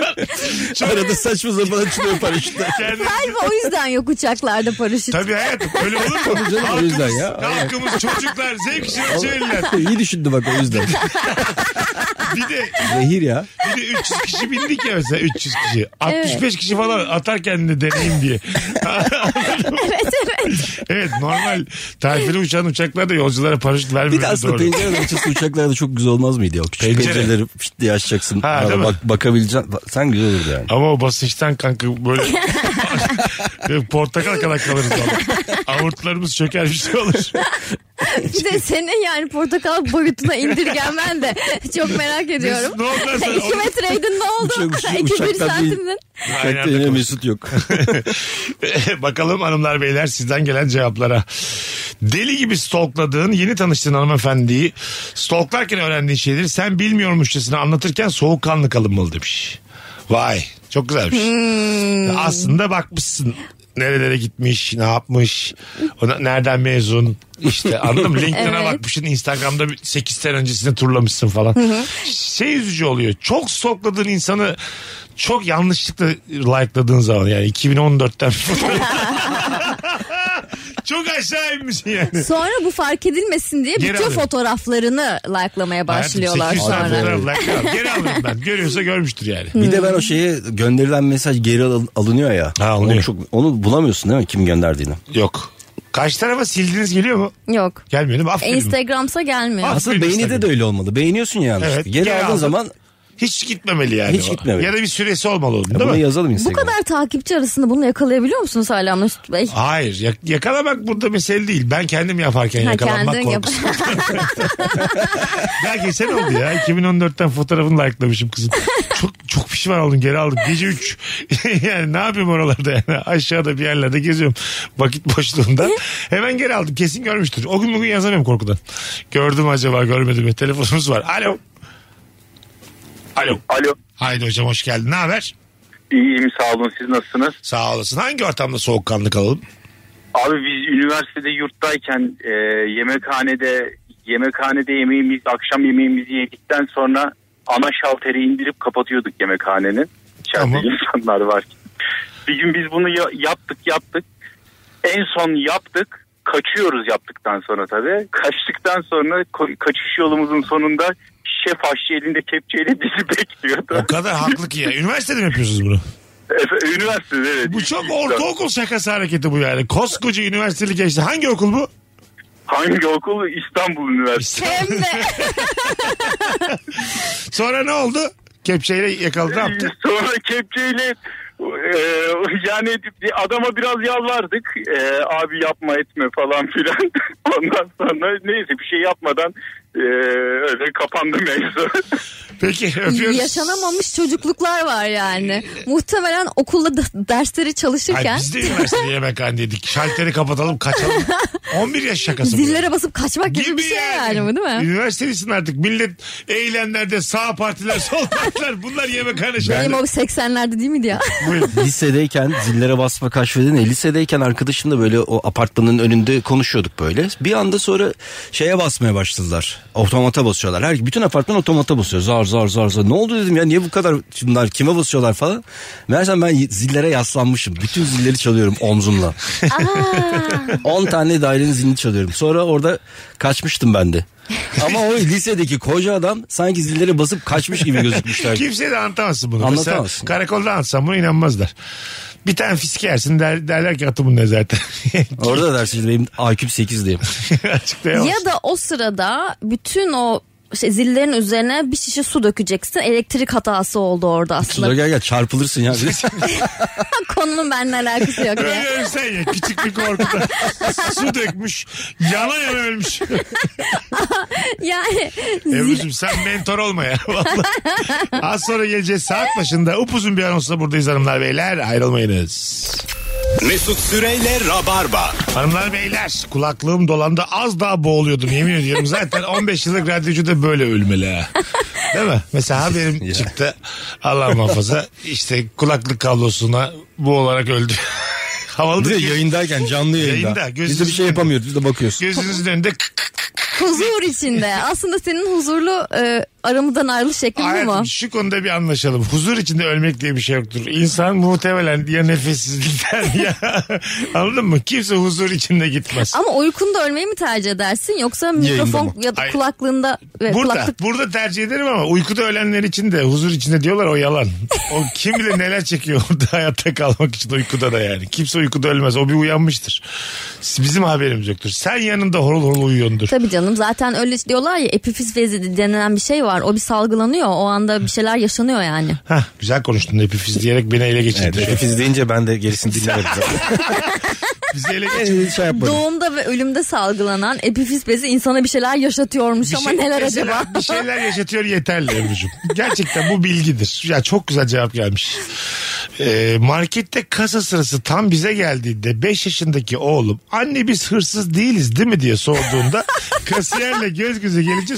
[SPEAKER 1] Çok
[SPEAKER 2] Arada saçma sapan açılıyor paraşütler.
[SPEAKER 1] kendinizi-
[SPEAKER 3] Galiba o yüzden yok uçaklarda paraşüt.
[SPEAKER 1] Tabii hayatım öyle olur mu?
[SPEAKER 2] Tabii canım, o
[SPEAKER 1] halkımız,
[SPEAKER 2] yüzden ya.
[SPEAKER 1] halkımız çocuklar zevk için açıyorlar.
[SPEAKER 2] İyi düşündü bak o yüzden.
[SPEAKER 1] Bir de,
[SPEAKER 2] Zehir ya.
[SPEAKER 1] bir de 300 kişi bindik ya mesela 300 kişi. 65 kişi falan atar kendini deneyim diye. <laughs>
[SPEAKER 3] evet evet.
[SPEAKER 1] evet normal tarifeli uçan uçaklarda yolculara paraşüt vermiyor.
[SPEAKER 2] Bir de aslında
[SPEAKER 1] doğru.
[SPEAKER 2] pencereden açılsa uçaklarda çok güzel olmaz mıydı ya? O Küçük
[SPEAKER 1] Pencere.
[SPEAKER 2] pencereleri pişt diye açacaksın.
[SPEAKER 1] Ha,
[SPEAKER 2] Arada
[SPEAKER 1] değil mi?
[SPEAKER 2] bak, bakabileceksin. Bak- Sen güzel olurdu yani.
[SPEAKER 1] Ama o basınçtan kanka böyle <laughs> Böyle portakal kadar kalırız valla. Avurtlarımız çöker bir şey olur. <laughs>
[SPEAKER 3] Bir de senin yani portakal boyutuna indirgenmen de çok merak ediyorum.
[SPEAKER 1] ne oldu lan sana?
[SPEAKER 3] 2 metreydin ne oldu?
[SPEAKER 2] Uçak- uçak-
[SPEAKER 3] 2-1
[SPEAKER 2] uçaktan değil.
[SPEAKER 3] santimdin.
[SPEAKER 1] Aynı
[SPEAKER 2] Uçakta
[SPEAKER 1] anda
[SPEAKER 2] yine
[SPEAKER 1] konuş-
[SPEAKER 2] Mesut yok.
[SPEAKER 1] Bakalım hanımlar beyler sizden gelen cevaplara. Deli gibi stalkladığın yeni tanıştığın hanımefendiyi stalklarken öğrendiğin şeyleri sen bilmiyormuşçasına anlatırken soğukkanlı kalınmalı demiş. Vay çok güzelmiş. Aslında bakmışsın nerelere gitmiş, ne yapmış, ona, nereden mezun. İşte anladın mı? LinkedIn'a
[SPEAKER 3] Evet.
[SPEAKER 1] bakmışsın, Instagram'da 8 sene öncesinde turlamışsın falan. şey üzücü oluyor. Çok stalkladığın insanı çok yanlışlıkla like'ladığın zaman yani 2014'ten <laughs> çok aşağı inmişsin yani.
[SPEAKER 3] Sonra bu fark edilmesin diye
[SPEAKER 1] Geri
[SPEAKER 3] bütün
[SPEAKER 1] alırım.
[SPEAKER 3] fotoğraflarını like'lamaya başlıyorlar
[SPEAKER 1] Hayatım, 800 tane
[SPEAKER 3] sonra.
[SPEAKER 1] fotoğraf like'larım. Geri alırım
[SPEAKER 3] <laughs>
[SPEAKER 1] ben. Görüyorsa görmüştür yani.
[SPEAKER 2] Bir de ben o şeye gönderilen mesaj geri al- alınıyor ya.
[SPEAKER 1] Ha, alınıyor.
[SPEAKER 2] Onu, çok, onu bulamıyorsun değil mi kim gönderdiğini?
[SPEAKER 1] Yok. Kaç tarafa sildiniz geliyor mu?
[SPEAKER 3] Yok.
[SPEAKER 1] Gelmiyor değil mi? Aferin.
[SPEAKER 3] Instagram'sa gelmiyor.
[SPEAKER 1] Ah,
[SPEAKER 2] Asıl
[SPEAKER 1] Aferin
[SPEAKER 2] beynide
[SPEAKER 1] Instagram.
[SPEAKER 2] de öyle olmalı. Beğeniyorsun yani.
[SPEAKER 1] Evet,
[SPEAKER 2] işte. Geri,
[SPEAKER 1] geri
[SPEAKER 2] aldığın
[SPEAKER 1] aldın.
[SPEAKER 2] zaman
[SPEAKER 1] Hiç gitmemeli yani.
[SPEAKER 2] Hiç
[SPEAKER 1] o.
[SPEAKER 2] gitmemeli.
[SPEAKER 1] Ya da bir süresi olmalı onun değil
[SPEAKER 2] bunu
[SPEAKER 1] mi?
[SPEAKER 2] yazalım
[SPEAKER 3] Bu
[SPEAKER 2] Instagram'a.
[SPEAKER 3] kadar takipçi arasında bunu yakalayabiliyor musunuz hala Mesut Bey?
[SPEAKER 1] Hayır yak- yakalamak burada mesele değil. Ben kendim yaparken
[SPEAKER 3] Ha,
[SPEAKER 1] yakalanmak
[SPEAKER 3] kendin yap-
[SPEAKER 1] korkusu. ya geçen oldu ya. 2014'ten fotoğrafını likelamışım kızım. Çok çok pişman oldum geri aldım. Gece 3. <laughs> yani ne yapayım oralarda yani. Aşağıda bir yerlerde geziyorum. Vakit boşluğunda. Hemen geri aldım. Kesin görmüştür. O gün bugün yazamıyorum korkudan. Gördüm acaba görmedim mi? Telefonumuz var. Alo. Alo.
[SPEAKER 4] Alo.
[SPEAKER 1] Haydi hocam hoş geldin. Ne haber?
[SPEAKER 4] İyiyim sağ olun siz nasılsınız?
[SPEAKER 1] Sağ olasın. Hangi ortamda soğukkanlı kalalım?
[SPEAKER 4] Abi biz üniversitede yurttayken e, yemekhanede yemekhanede yemeğimiz akşam yemeğimizi yedikten sonra ana şalteri indirip kapatıyorduk yemekhanenin. İçeride
[SPEAKER 1] Tamam.
[SPEAKER 4] insanlar var. Bir gün biz bunu ya- yaptık yaptık. En son yaptık. Kaçıyoruz yaptıktan sonra tabii. Kaçtıktan sonra ko- kaçış yolumuzun sonunda şef aşçı elinde kepçeyle bizi <laughs> bekliyordu.
[SPEAKER 1] O kadar haklı ki ya. Üniversitede mi yapıyorsunuz bunu?
[SPEAKER 4] Efe- Üniversitede evet.
[SPEAKER 1] Bu çok ortaokul şakası hareketi bu yani. Koskoca üniversiteli gençler. Hangi okul bu?
[SPEAKER 4] Hangi okul? İstanbul Üniversitesi.
[SPEAKER 3] <laughs> Hem de
[SPEAKER 1] Sonra ne oldu? Kepçeyle yakaladı ne yaptı?
[SPEAKER 4] Sonra kepçeyle e, yani adama biraz yalvardık. E, abi yapma etme falan filan. <laughs> Ondan sonra neyse bir şey yapmadan e, öyle kapandı mevzu.
[SPEAKER 1] Peki öpüyoruz.
[SPEAKER 3] yaşanamamış çocukluklar var yani. Muhtemelen okulda da- dersleri
[SPEAKER 1] Ay,
[SPEAKER 3] çalışırken
[SPEAKER 1] biz de üniversitede yemekhane dedik. Şalteri
[SPEAKER 3] <laughs>
[SPEAKER 1] kapatalım kaçalım. 11 yaş şakası bu.
[SPEAKER 3] zillere basıp kaçmak gibi, bir şey yani. bu değil mi?
[SPEAKER 1] Üniversitedesin artık. Millet eylemlerde sağ partiler, sol partiler bunlar yemekhane
[SPEAKER 3] Benim
[SPEAKER 1] şalteri.
[SPEAKER 3] o 80'lerde değil miydi ya?
[SPEAKER 1] <laughs> Buyurun.
[SPEAKER 2] lisedeyken zillere basma kaşfedin ya, lisedeyken arkadaşımla böyle o apartmanın önünde konuşuyorduk böyle. Bir anda sonra şeye basmaya başladılar. Otomata basıyorlar. Her bütün apartman otomata basıyor. Zar zar zar zar. Ne oldu dedim ya niye bu kadar bunlar kime basıyorlar falan. Meğersem ben zillere yaslanmışım. Bütün zilleri çalıyorum omzumla. 10 tane dairenin zilini çalıyorum. Sonra orada kaçmıştım ben de. Ama o lisedeki koca adam sanki zillere basıp kaçmış gibi gözükmüşler.
[SPEAKER 1] Kimseye de anlatamazsın bunu.
[SPEAKER 2] Anlatamazsın.
[SPEAKER 1] Mesela karakolda anlatsam buna inanmazlar. Bir tane fiske yersin der, derler ki atımın ne zaten. <laughs>
[SPEAKER 2] Orada dersiniz benim IQ'm 8 diyeyim.
[SPEAKER 1] Açıklayamaz.
[SPEAKER 3] ya da o sırada bütün o şey, zillerin üzerine bir şişe su dökeceksin. Elektrik hatası oldu orada
[SPEAKER 2] Şurada
[SPEAKER 3] aslında.
[SPEAKER 2] gel gel çarpılırsın ya.
[SPEAKER 3] <laughs>
[SPEAKER 1] <laughs>
[SPEAKER 3] Konunun benimle alakası yok.
[SPEAKER 1] Öyle ölsen ya küçük bir korkuda. Su dökmüş. Yana yana ölmüş.
[SPEAKER 3] <laughs> yani
[SPEAKER 1] Ebru'cum sen mentor olma ya. Vallahi. Az sonra geleceğiz saat başında. Upuzun bir anonsla buradayız hanımlar beyler. Ayrılmayınız.
[SPEAKER 6] Mesut Süreyle Rabarba.
[SPEAKER 1] Hanımlar beyler kulaklığım dolandı az daha boğuluyordum yemin ediyorum. Zaten 15 yıllık radyocu da böyle ölmeli ha. Değil mi? Mesela haberim çıktı. Allah muhafaza işte kulaklık kablosuna bu olarak öldü. <laughs> Havalı da
[SPEAKER 2] Bir de
[SPEAKER 1] değil.
[SPEAKER 2] yayındayken canlı yayında.
[SPEAKER 1] Yayında,
[SPEAKER 2] Biz de bir
[SPEAKER 1] gözünüzün-
[SPEAKER 2] şey yapamıyoruz. Biz de bakıyoruz.
[SPEAKER 1] Gözünüzün önünde kık kık
[SPEAKER 3] huzur
[SPEAKER 1] <laughs>
[SPEAKER 3] içinde. Aslında senin huzurlu e, aramızdan ayrılış şeklin bu mu?
[SPEAKER 1] Hayatım şu konuda bir anlaşalım. Huzur içinde ölmek diye bir şey yoktur. İnsan muhtemelen ya nefessizlikten <laughs> ya anladın mı? Kimse huzur içinde gitmez.
[SPEAKER 3] Ama uykunda ölmeyi mi tercih edersin yoksa
[SPEAKER 2] mı?
[SPEAKER 3] mikrofon ya da
[SPEAKER 1] Hayır.
[SPEAKER 3] kulaklığında ve
[SPEAKER 1] Burada,
[SPEAKER 3] kulaklık
[SPEAKER 1] burada tercih ederim ama uykuda ölenler için de huzur içinde diyorlar o yalan. O kim bilir neler çekiyor orada <laughs> hayatta kalmak için uykuda da yani. Kimse uykuda ölmez. O bir uyanmıştır. Bizim haberimiz yoktur. Sen yanında horul horul uyuyordur.
[SPEAKER 3] Tabii canım zaten öyle diyorlar ya epifiz vezi denilen bir şey var. O bir salgılanıyor. O anda bir şeyler yaşanıyor yani.
[SPEAKER 1] Hah, güzel konuştun epifiz diyerek beni ele geçirdin.
[SPEAKER 2] Evet, Efiz deyince ben de
[SPEAKER 1] <laughs>
[SPEAKER 2] gerisini dinlemedim.
[SPEAKER 1] Bizi ele
[SPEAKER 2] Ben
[SPEAKER 1] geçirdin.
[SPEAKER 2] de <laughs> şey yapmadım.
[SPEAKER 3] Doğumda ve ölümde salgılanan epifiz bezi insana bir şeyler yaşatıyormuş
[SPEAKER 1] Bir
[SPEAKER 3] ama
[SPEAKER 1] şey-
[SPEAKER 3] neler
[SPEAKER 1] mesela
[SPEAKER 3] acaba?
[SPEAKER 1] Bir şeyler yaşatıyor yeterli Ebru'cum. Gerçekten bu bilgidir. Ya çok güzel cevap gelmiş. Ee, markette kasa sırası tam bize geldiğinde 5 yaşındaki oğlum anne biz hırsız değiliz değil mi
[SPEAKER 3] <laughs>
[SPEAKER 1] diye sorduğunda kasiyerle göz göze gelince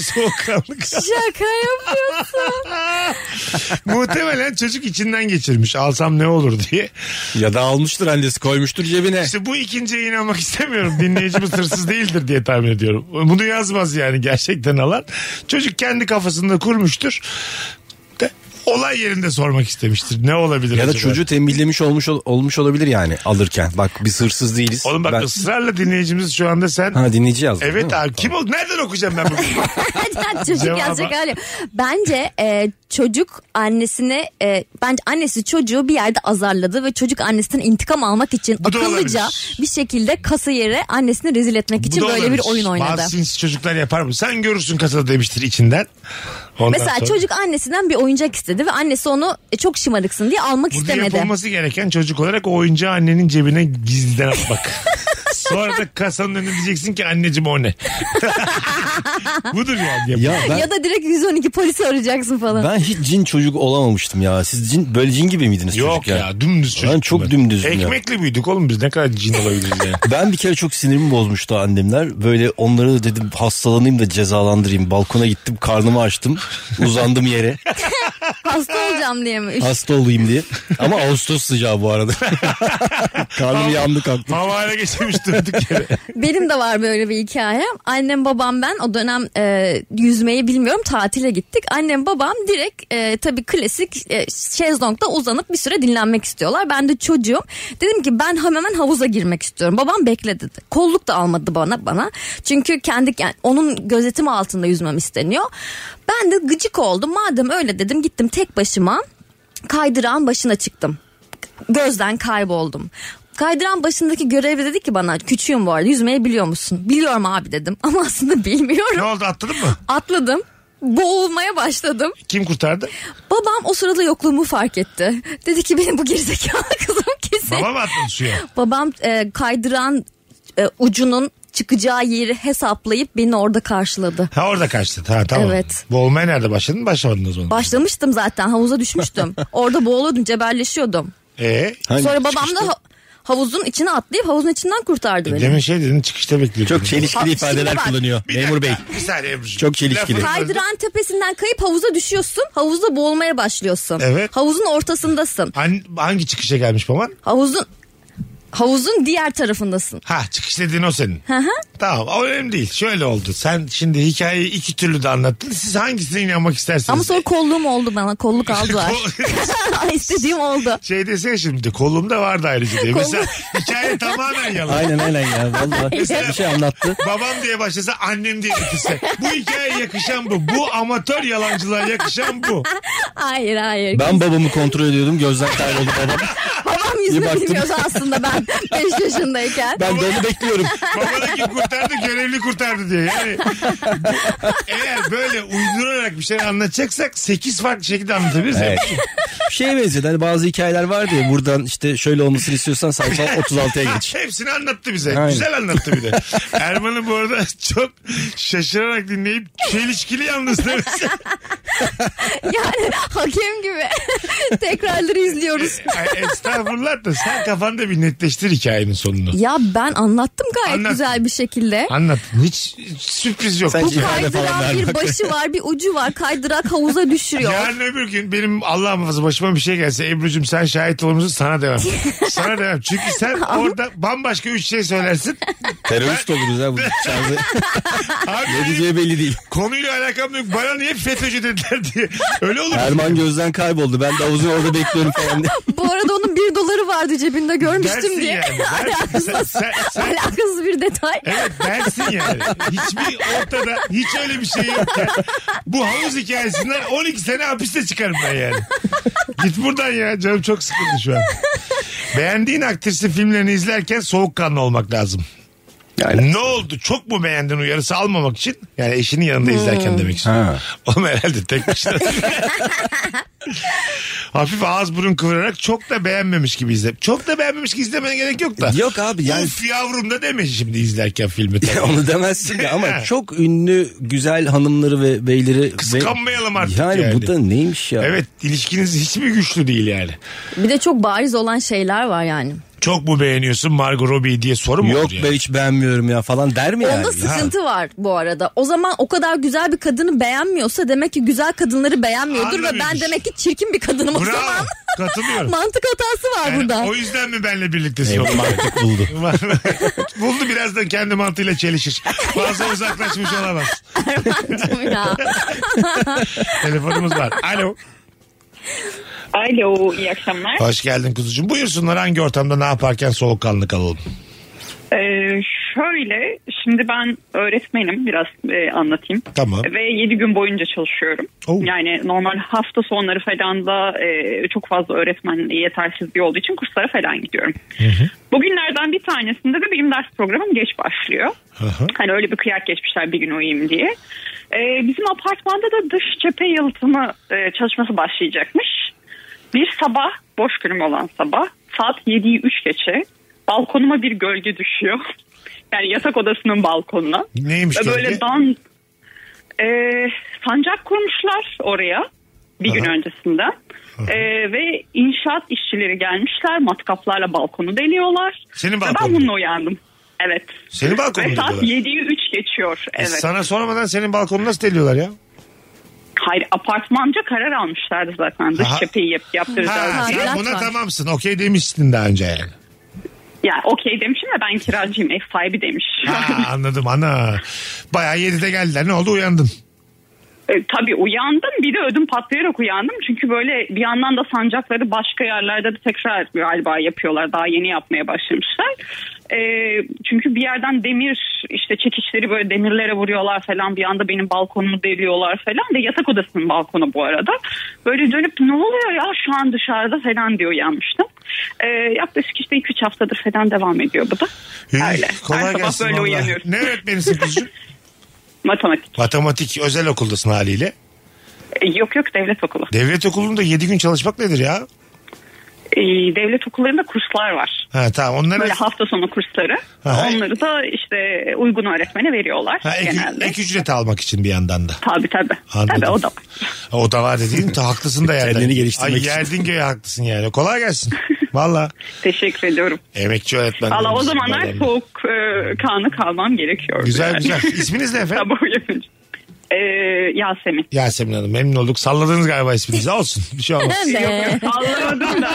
[SPEAKER 3] <laughs>
[SPEAKER 1] soğukkanlık.
[SPEAKER 3] Şaka yapıyorsun.
[SPEAKER 1] <laughs> Muhtemelen çocuk içinden geçirmiş alsam ne olur diye.
[SPEAKER 2] ya da almıştır annesi koymuştur cebine.
[SPEAKER 1] İşte bu ikinciye inanmak istemiyorum. Dinleyicimiz hırsız değildir diye tahmin ediyorum. Bunu yazmaz yani gerçekten alan. Çocuk kendi kafasında kurmuştur. De, olay yerinde sormak istemiştir. Ne olabilir
[SPEAKER 2] Ya da
[SPEAKER 1] acaba?
[SPEAKER 2] çocuğu tembihlemiş olmuş ol- olmuş olabilir yani alırken. Bak biz hırsız değiliz.
[SPEAKER 1] Oğlum bak
[SPEAKER 2] Ben-
[SPEAKER 1] ısrarla dinleyicimiz şu anda sen...
[SPEAKER 2] Ha dinleyici yazdı. değil
[SPEAKER 1] evet
[SPEAKER 3] <laughs>
[SPEAKER 2] mi?
[SPEAKER 1] abi kim ol? Nereden okuyacağım ben bunu?
[SPEAKER 3] Hadi hadi çocuk
[SPEAKER 1] Cevaba-
[SPEAKER 3] yazacak hali. yok. Bence e, çocuk annesine e, bence annesi çocuğu bir yerde azarladı ve çocuk annesinden intikam almak için
[SPEAKER 1] Bu da
[SPEAKER 3] akıllıca
[SPEAKER 1] olabilir.
[SPEAKER 3] bir şekilde kasa yere annesini rezil etmek
[SPEAKER 1] Bu
[SPEAKER 3] için
[SPEAKER 1] da
[SPEAKER 3] böyle
[SPEAKER 1] olabilir.
[SPEAKER 3] bir oyun oynadı.
[SPEAKER 1] Bazı sinsi çocuklar yapar mı? Sen görürsün kasada demiştir içinden. Ondan
[SPEAKER 3] Mesela
[SPEAKER 1] sonra-
[SPEAKER 3] çocuk annesinden bir oyuncak istedi ve annesi onu e, çok şımarıksın diye almak
[SPEAKER 1] Burada
[SPEAKER 3] istemedi.
[SPEAKER 1] yapılması gereken çocuk olarak o oyuncağı annenin cebine gizliden atmak. <laughs> Sonra da kasanın önüne diyeceksin ki anneciğim o ne? <laughs> Budur yani. yapılan.
[SPEAKER 2] Ya ben,
[SPEAKER 3] Ya da direkt 112 polisi arayacaksın falan.
[SPEAKER 2] ben hiç cin çocuk olamamıştım ya. Siz cin böyle cin gibi miydiniz
[SPEAKER 1] Yok
[SPEAKER 2] çocuk
[SPEAKER 1] ya, dümdüz çocuk.
[SPEAKER 2] Ben çok
[SPEAKER 1] bunlar.
[SPEAKER 2] dümdüzüm ya.
[SPEAKER 1] Ekmekle büyüdük oğlum biz ne kadar cin olabiliriz
[SPEAKER 2] <laughs>
[SPEAKER 1] yani.
[SPEAKER 2] Ben bir kere çok sinirimi bozmuştu annemler. Böyle onları dedim hastalanayım da cezalandırayım. Balkona gittim karnımı açtım. Uzandım yere.
[SPEAKER 3] Hasta olacağım diye mi?
[SPEAKER 1] <laughs>
[SPEAKER 3] Üf.
[SPEAKER 2] hasta olayım diye. Ama Ağustos sıcağı bu arada. <laughs> Karnım yandı kalktı.
[SPEAKER 1] Havale geçirmiş durduk yere.
[SPEAKER 3] Benim de var böyle bir hikayem. Annem babam ben o dönem e, yüzmeyi bilmiyorum tatile gittik. Annem babam direkt e, tabii klasik e, şezlongda uzanıp bir süre dinlenmek istiyorlar. Ben de çocuğum. Dedim ki ben hemen havuza girmek istiyorum. Babam bekledi. Kolluk da almadı bana bana. Çünkü kendi yani onun gözetimi altında yüzmem isteniyor. Ben de gıcık oldum. Madem öyle dedim gittim tek başıma kaydırağın başına çıktım gözden kayboldum. Kaydıran başındaki görevli dedi ki bana küçüğüm bu arada yüzmeyi biliyor musun? Biliyorum abi dedim ama aslında
[SPEAKER 1] ne
[SPEAKER 3] bilmiyorum.
[SPEAKER 1] oldu atladın mı?
[SPEAKER 3] Atladım boğulmaya başladım.
[SPEAKER 1] Kim kurtardı?
[SPEAKER 3] Babam o sırada yokluğumu fark etti. Dedi ki benim bu gerizekalı <laughs> kızım kesin.
[SPEAKER 1] Baba mı atladı suya?
[SPEAKER 3] Babam e, kaydıran e, ucunun çıkacağı yeri hesaplayıp beni orada karşıladı.
[SPEAKER 1] Ha orada kaçtı. Ha tamam.
[SPEAKER 3] Evet.
[SPEAKER 1] Boğulmaya nerede başladın? Başlamadın o zaman.
[SPEAKER 3] Başlamıştım zaten havuza düşmüştüm. Orada boğuluyordum cebelleşiyordum.
[SPEAKER 1] Ee,
[SPEAKER 2] Hani
[SPEAKER 3] Sonra babam da ha- havuzun içine atlayıp havuzun içinden kurtardı beni.
[SPEAKER 1] demin şey dedin çıkışta bekliyordun.
[SPEAKER 2] Çok çelişkili
[SPEAKER 3] Bak, şimdi
[SPEAKER 2] ifadeler
[SPEAKER 3] bak.
[SPEAKER 2] kullanıyor.
[SPEAKER 1] Bir
[SPEAKER 2] Memur Bey.
[SPEAKER 1] dakika, Bir saniye Ebru'cum.
[SPEAKER 2] Çok çelişkili.
[SPEAKER 1] Lafını-
[SPEAKER 3] Kaydıran tepesinden kayıp havuza düşüyorsun. Havuzda boğulmaya başlıyorsun.
[SPEAKER 1] Evet.
[SPEAKER 3] Havuzun ortasındasın.
[SPEAKER 1] Han- hangi çıkışa gelmiş baban?
[SPEAKER 3] Havuzun havuzun diğer tarafındasın.
[SPEAKER 1] Ha çıkış dediğin o senin. Tamam o önemli değil. Şöyle oldu. Sen şimdi hikayeyi iki türlü de anlattın. Siz hangisine inanmak istersiniz?
[SPEAKER 3] Ama sonra kolluğum oldu bana. Kolluk
[SPEAKER 1] <laughs>
[SPEAKER 2] <laughs>
[SPEAKER 3] aldılar. <laughs> İstediğim oldu.
[SPEAKER 1] şey desene şimdi kolumda vardı ayrıca diye. Mesela
[SPEAKER 3] <laughs>
[SPEAKER 1] hikaye tamamen yalan.
[SPEAKER 2] Aynen aynen ya. Vallahi bir şey anlattı.
[SPEAKER 1] Babam diye başlasa annem diye bitirse. Bu hikaye yakışan bu. Bu amatör yalancılığa yakışan bu.
[SPEAKER 3] Hayır hayır.
[SPEAKER 2] Ben babamı kontrol ediyordum. Gözden kayboldu babam.
[SPEAKER 3] Babam yüzme
[SPEAKER 2] baktım.
[SPEAKER 3] bilmiyordu aslında
[SPEAKER 2] <laughs>
[SPEAKER 3] ben 5 yaşındayken.
[SPEAKER 2] Ben de onu bekliyorum.
[SPEAKER 1] Babanı kim kurtardı görevli kurtardı diye. Yani bu- eğer böyle uydurarak bir şey anlatacaksak 8 farklı şekilde anlatabiliriz.
[SPEAKER 2] Evet. Şeye benziyor. Hani bazı hikayeler vardı ya. Buradan işte şöyle olmasını istiyorsan sayfa 36'ya geç.
[SPEAKER 1] Hepsini anlattı bize.
[SPEAKER 2] Aynen.
[SPEAKER 1] Güzel anlattı bir
[SPEAKER 2] <laughs>
[SPEAKER 1] de. Erman'ı bu arada çok şaşırarak dinleyip çelişkili
[SPEAKER 2] <laughs>
[SPEAKER 1] yalnız demesi.
[SPEAKER 3] Yani hakem gibi. <laughs> Tekrarları izliyoruz.
[SPEAKER 1] Ay, Estağfurullah da sen kafanda bir netleştir hikayenin sonunu.
[SPEAKER 3] Ya ben anlattım gayet
[SPEAKER 1] Anlat.
[SPEAKER 3] güzel bir şekilde.
[SPEAKER 1] Anlat. Hiç, hiç sürpriz yok.
[SPEAKER 2] Sen
[SPEAKER 3] Bu
[SPEAKER 2] Cihane falan
[SPEAKER 3] kaydıran
[SPEAKER 2] ver
[SPEAKER 3] bir
[SPEAKER 2] bak.
[SPEAKER 3] başı var bir ucu var. Kaydırak havuza düşürüyor.
[SPEAKER 1] Yarın öbür gün benim Allah muhafaza başıma bir şey gelse Ebru'cum sen şahit olur musun? Sana devam. sana devam. Çünkü sen orada bambaşka üç şey söylersin.
[SPEAKER 2] Terörist oluruz <laughs> ha bu çağda.
[SPEAKER 1] Abi
[SPEAKER 2] Ne diyeceği belli değil.
[SPEAKER 1] konuyla alakam yok. Bana niye FETÖ'cü dediler diye. Öyle olur mu?
[SPEAKER 2] Erman gözden kayboldu. Ben de havuzun orada bekliyorum falan diye.
[SPEAKER 3] Bu arada onun bir doları vardı cebinde görmüştüm
[SPEAKER 1] Dersin
[SPEAKER 3] diye. <laughs>
[SPEAKER 1] yani. Dersin. Sen- sen- sen-
[SPEAKER 3] Alakasız bir detay.
[SPEAKER 1] Evet dersin yani. Hiçbir ortada hiç öyle bir şey yok ya. Bu havuz hikayesinden 12 sene hapiste çıkarım ben yani. Git buradan ya canım çok sıkıldı şu an. Beğendiğin aktrisin filmlerini izlerken soğukkanlı olmak lazım.
[SPEAKER 2] Yani.
[SPEAKER 1] Ne oldu? Çok mu beğendin uyarısı almamak için? Yani eşinin yanında izlerken demek istiyorum.
[SPEAKER 2] Ha.
[SPEAKER 1] Oğlum herhalde tek başına. Hafif ağız burun kıvırarak çok da beğenmemiş gibi izle. Çok da beğenmemiş gibi izlemene gerek yok da.
[SPEAKER 2] Yok abi yani
[SPEAKER 1] Uf yavrum da deme şimdi izlerken filmi.
[SPEAKER 2] Ya <laughs> Onu demezsin
[SPEAKER 1] <laughs>
[SPEAKER 2] de ama çok ünlü güzel hanımları ve beyleri
[SPEAKER 1] Kıskanmayalım artık
[SPEAKER 2] yani,
[SPEAKER 1] yani.
[SPEAKER 2] bu da neymiş ya?
[SPEAKER 1] Evet ilişkiniz hiç mi güçlü değil yani?
[SPEAKER 3] Bir de çok bariz olan şeyler var yani.
[SPEAKER 1] Çok mu beğeniyorsun Margot Robbie diye soru mu
[SPEAKER 2] Yok
[SPEAKER 1] olur
[SPEAKER 2] <laughs>
[SPEAKER 1] yani?
[SPEAKER 2] be hiç beğenmiyorum ya falan der mi yani?
[SPEAKER 3] Onda sıkıntı var bu arada. O zaman o kadar güzel bir kadını beğenmiyorsa demek ki güzel kadınları beğenmiyordur ve ben
[SPEAKER 1] Anlamıyormuş.
[SPEAKER 3] demek ki çirkin bir kadınım o
[SPEAKER 1] Bravo
[SPEAKER 3] zaman. <laughs>
[SPEAKER 1] katılıyorum.
[SPEAKER 3] Mantık hatası var
[SPEAKER 1] Yani
[SPEAKER 3] burada.
[SPEAKER 1] o yüzden mi benle birliktesin?
[SPEAKER 2] <laughs> Evet, mantık buldu.
[SPEAKER 1] <laughs> Buldu birazdan kendi mantığıyla çelişir. Fazla uzaklaşmış olamaz.
[SPEAKER 3] <laughs> ya.
[SPEAKER 1] Telefonumuz var. Alo.
[SPEAKER 5] Alo iyi akşamlar.
[SPEAKER 1] Hoş geldin kuzucuğum. Buyursunlar hangi ortamda ne yaparken soğukkanlı kalalım.
[SPEAKER 5] Ee, E, şöyle
[SPEAKER 8] Şimdi ben öğretmenim biraz e, anlatayım.
[SPEAKER 1] Tamam.
[SPEAKER 8] Ve 7 gün boyunca çalışıyorum.
[SPEAKER 1] Oo.
[SPEAKER 8] Yani normal hafta sonları falan da e, çok fazla öğretmen yetersizliği olduğu için kurslara falan gidiyorum. Bugünlerden bir tanesinde de benim ders programım geç başlıyor.
[SPEAKER 1] Aha.
[SPEAKER 8] Hani öyle bir kıyak geçmişler bir gün uyuyayım diye. Ee, bizim apartmanda da dış cephe yalıtımı e, çalışması başlayacakmış. Bir sabah, boş günüm olan sabah saat 7'yi 3 geçe balkonuma bir gölge düşüyor. <laughs> Yani yatak odasının balkonuna.
[SPEAKER 1] Neymiş
[SPEAKER 8] Ve
[SPEAKER 1] gölge?
[SPEAKER 8] böyle dan e, sancak kurmuşlar oraya bir gün
[SPEAKER 1] Aha.
[SPEAKER 8] öncesinden. E, ve inşaat işçileri gelmişler matkaplarla balkonu deliyorlar.
[SPEAKER 1] Senin
[SPEAKER 8] Ve
[SPEAKER 1] balkonun
[SPEAKER 8] ben
[SPEAKER 1] mu?
[SPEAKER 8] bununla uyandım. Evet.
[SPEAKER 1] Senin balkonun
[SPEAKER 8] Ve
[SPEAKER 1] mu
[SPEAKER 8] saat
[SPEAKER 1] diyorlar?
[SPEAKER 8] 7'yi 3 geçiyor.
[SPEAKER 1] E,
[SPEAKER 8] Evet.
[SPEAKER 1] Sana sormadan senin balkonunu nasıl deliyorlar ya?
[SPEAKER 8] Hayır apartmanca karar almışlardı zaten. Dış
[SPEAKER 1] Aha.
[SPEAKER 8] cepheyi yap, yaptıracağız
[SPEAKER 1] Ha,
[SPEAKER 8] diye.
[SPEAKER 1] sen
[SPEAKER 3] Tadilat
[SPEAKER 1] buna
[SPEAKER 3] var.
[SPEAKER 1] tamamsın. Okey demiştin daha önce yani.
[SPEAKER 8] Yani okey demişim de ben kiracıyım ev sahibi demiş.
[SPEAKER 1] Ha, anladım ana. Bayağı 7'de geldiler. Ne oldu uyandın?
[SPEAKER 8] E, tabii uyandım bir de ödüm patlayarak uyandım. Çünkü böyle bir yandan da sancakları başka yerlerde de tekrar galiba yapıyorlar. Daha yeni yapmaya başlamışlar. E, çünkü bir yerden demir işte çekiçleri böyle demirlere vuruyorlar falan. Bir anda benim balkonumu deliyorlar falan. De yatak odasının balkonu bu arada. Böyle dönüp ne oluyor ya şu an dışarıda falan diye uyanmıştım. E, yaklaşık işte 2-3 haftadır falan devam ediyor bu da.
[SPEAKER 1] Hey,
[SPEAKER 8] Öyle. Her sabah böyle
[SPEAKER 1] vallahi.
[SPEAKER 8] uyanıyorum.
[SPEAKER 1] Ne öğretmenisin
[SPEAKER 8] <laughs>
[SPEAKER 1] kuzucuğum?
[SPEAKER 8] Matematik.
[SPEAKER 1] Matematik özel okuldasın haliyle.
[SPEAKER 8] E, yok yok devlet okulu.
[SPEAKER 1] Devlet okulunda 7 gün çalışmak nedir ya?
[SPEAKER 8] E, devlet okullarında kurslar var.
[SPEAKER 1] Ha tamam
[SPEAKER 8] Böyle
[SPEAKER 1] onları...
[SPEAKER 8] hafta sonu kursları.
[SPEAKER 1] Ha.
[SPEAKER 8] Onları da işte uygun öğretmene veriyorlar
[SPEAKER 1] Ha, ek,
[SPEAKER 8] genelde.
[SPEAKER 1] ek ücret almak için bir yandan da.
[SPEAKER 8] Tabii tabii.
[SPEAKER 1] Anladım.
[SPEAKER 8] Tabii o da var.
[SPEAKER 1] Ha, O da var dediğin ta
[SPEAKER 2] <laughs>
[SPEAKER 1] haklısın da yerden.
[SPEAKER 2] Kendini geliştirmek
[SPEAKER 1] Ay,
[SPEAKER 2] için.
[SPEAKER 1] Yerden göğe haklısın yani.
[SPEAKER 8] <laughs>
[SPEAKER 1] Kolay gelsin. Valla.
[SPEAKER 8] Teşekkür ediyorum.
[SPEAKER 1] Emekçi öğretmen.
[SPEAKER 8] Valla o zamanlar soğuk e, kanı kalmam gerekiyor.
[SPEAKER 1] Güzel güzel. İsminiz ne
[SPEAKER 8] <laughs>
[SPEAKER 1] efendim?
[SPEAKER 8] Sabah uyanınca. E, Yasemin.
[SPEAKER 1] Yasemin Hanım memnun olduk. Salladınız galiba isminizi. Olsun. Bir şey olmaz.
[SPEAKER 8] <laughs>
[SPEAKER 3] Be,
[SPEAKER 8] Anlamadım da.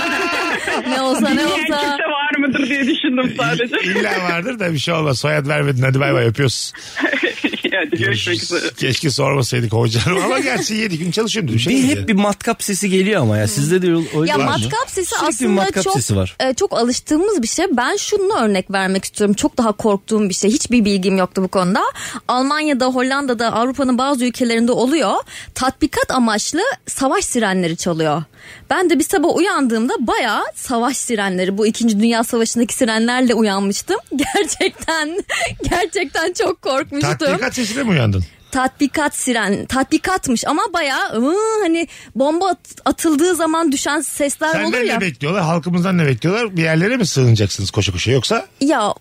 [SPEAKER 3] ne Ee. olsa ne
[SPEAKER 8] Dinleyen
[SPEAKER 3] olsa.
[SPEAKER 8] kimse var mıdır diye düşündüm sadece. <laughs>
[SPEAKER 1] İlla vardır da bir şey olmaz. Soyad vermedin. Hadi bay bay öpüyoruz.
[SPEAKER 8] Hadi görüşmek üzere.
[SPEAKER 1] Keşke sormasaydık hocanım. Ama gerçi 7 gün çalışıyorum. Bir şey
[SPEAKER 2] Bir
[SPEAKER 1] değil
[SPEAKER 2] hep
[SPEAKER 1] yani.
[SPEAKER 2] bir matkap sesi geliyor ama ya sizde de o
[SPEAKER 3] Ya
[SPEAKER 2] var mı?
[SPEAKER 3] matkap sesi
[SPEAKER 2] Sürekli bir
[SPEAKER 3] aslında
[SPEAKER 2] matkap
[SPEAKER 3] çok
[SPEAKER 2] sesi var.
[SPEAKER 3] e, çok alıştığımız bir şey. Ben şununla örnek vermek istiyorum. Çok daha korktuğum bir şey. Hiçbir bilgim yoktu bu konuda. Almanya'da, Hollanda'da, Avrupa'nın bazı ülkelerinde oluyor. Tatbikat amaçlı savaş sirenleri çalıyor. Ben de bir sabah uyandığımda bayağı savaş sirenleri bu 2. Dünya Savaşı'ndaki sirenlerle uyanmıştım. <laughs> Gerçekten gerçekten çok korkmuştum
[SPEAKER 1] Tatbikat sesine mi uyandın?
[SPEAKER 3] tatbikat siren tatbikatmış ama bayağı "Iı" hani bomba at- atıldığı zaman düşen sesler olur
[SPEAKER 1] Senden
[SPEAKER 3] ya.
[SPEAKER 1] ne bekliyorlar? Halkımızdan ne bekliyorlar? Bir yerlere mi sığınacaksınız koşa koşa? Yoksa
[SPEAKER 3] Ya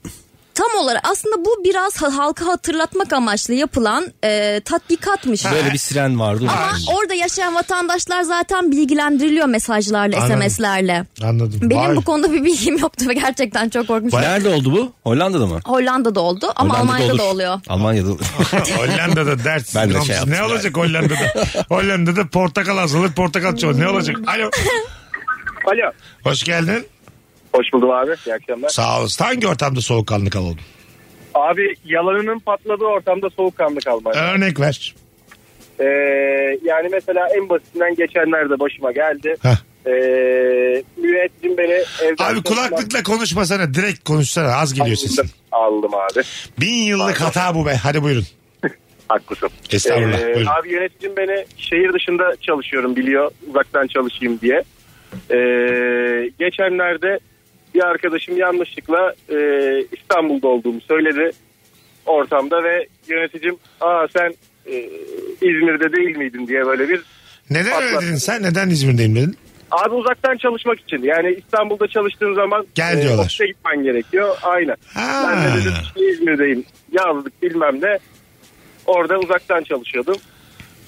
[SPEAKER 3] tam olarak aslında bu biraz ha- halka hatırlatmak amaçlı yapılan e, tatbikatmış.
[SPEAKER 2] Böyle bir siren vardı.
[SPEAKER 3] Ama orada yaşayan vatandaşlar zaten bilgilendiriliyor mesajlarla,
[SPEAKER 1] Anladım.
[SPEAKER 3] SMS'lerle.
[SPEAKER 1] anladım.
[SPEAKER 3] Benim
[SPEAKER 1] Vay.
[SPEAKER 3] bu konuda bir bilgim yoktu ve gerçekten çok korkmuştum.
[SPEAKER 2] Nerede oldu bu? Hollanda'da mı?
[SPEAKER 3] Hollanda'da oldu ama
[SPEAKER 2] Hollanda'da
[SPEAKER 3] Almanya'da
[SPEAKER 2] olur.
[SPEAKER 3] da oluyor.
[SPEAKER 2] Almanya'da olur.
[SPEAKER 1] <laughs> Hollanda'da dert.
[SPEAKER 2] Ben de şey
[SPEAKER 1] Siz
[SPEAKER 2] yaptım
[SPEAKER 1] ne
[SPEAKER 2] yani.
[SPEAKER 1] olacak
[SPEAKER 2] <laughs>
[SPEAKER 1] Hollanda'da? Hollanda'da portakal azalır, portakal çoğalır. Ne olacak?
[SPEAKER 3] <laughs>
[SPEAKER 1] Alo.
[SPEAKER 4] <laughs> Alo.
[SPEAKER 1] Hoş geldin.
[SPEAKER 4] Hoş buldum abi. İyi akşamlar.
[SPEAKER 1] Sağ olasın. Hangi ortamda soğukkanlı kalalım?
[SPEAKER 4] Abi yalanının patladığı ortamda soğukkanlı kalmak.
[SPEAKER 1] Örnek ver.
[SPEAKER 4] Ee, yani mesela en basitinden geçenlerde başıma geldi.
[SPEAKER 1] Heh.
[SPEAKER 4] Ee, müezzin beni evden...
[SPEAKER 1] Abi kulaklıkla konuşmasana. Direkt konuşsana. Az geliyor sesin.
[SPEAKER 4] Aldım, aldım abi.
[SPEAKER 1] Bin yıllık hata bu be. Hadi buyurun.
[SPEAKER 4] Haklısın.
[SPEAKER 1] Estağfurullah,
[SPEAKER 4] Ee,
[SPEAKER 1] buyurun.
[SPEAKER 4] abi yöneticim beni şehir dışında çalışıyorum biliyor. Uzaktan çalışayım diye. Ee, geçenlerde bir arkadaşım yanlışlıkla e, İstanbul'da olduğumu söyledi ortamda ve yöneticim aa sen e, İzmir'de değil miydin diye böyle bir
[SPEAKER 1] Neden öyle
[SPEAKER 4] Patlat.
[SPEAKER 1] dedin sen? Neden İzmir'deyim dedin?
[SPEAKER 4] Abi uzaktan çalışmak için. Yani İstanbul'da çalıştığın zaman e,
[SPEAKER 1] Gel diyorlar.
[SPEAKER 4] ofise gitmen gerekiyor. Aynen.
[SPEAKER 1] Ha.
[SPEAKER 4] Ben de dedim işte İzmir'deyim. Yazlık bilmem ne. Orada uzaktan çalışıyordum.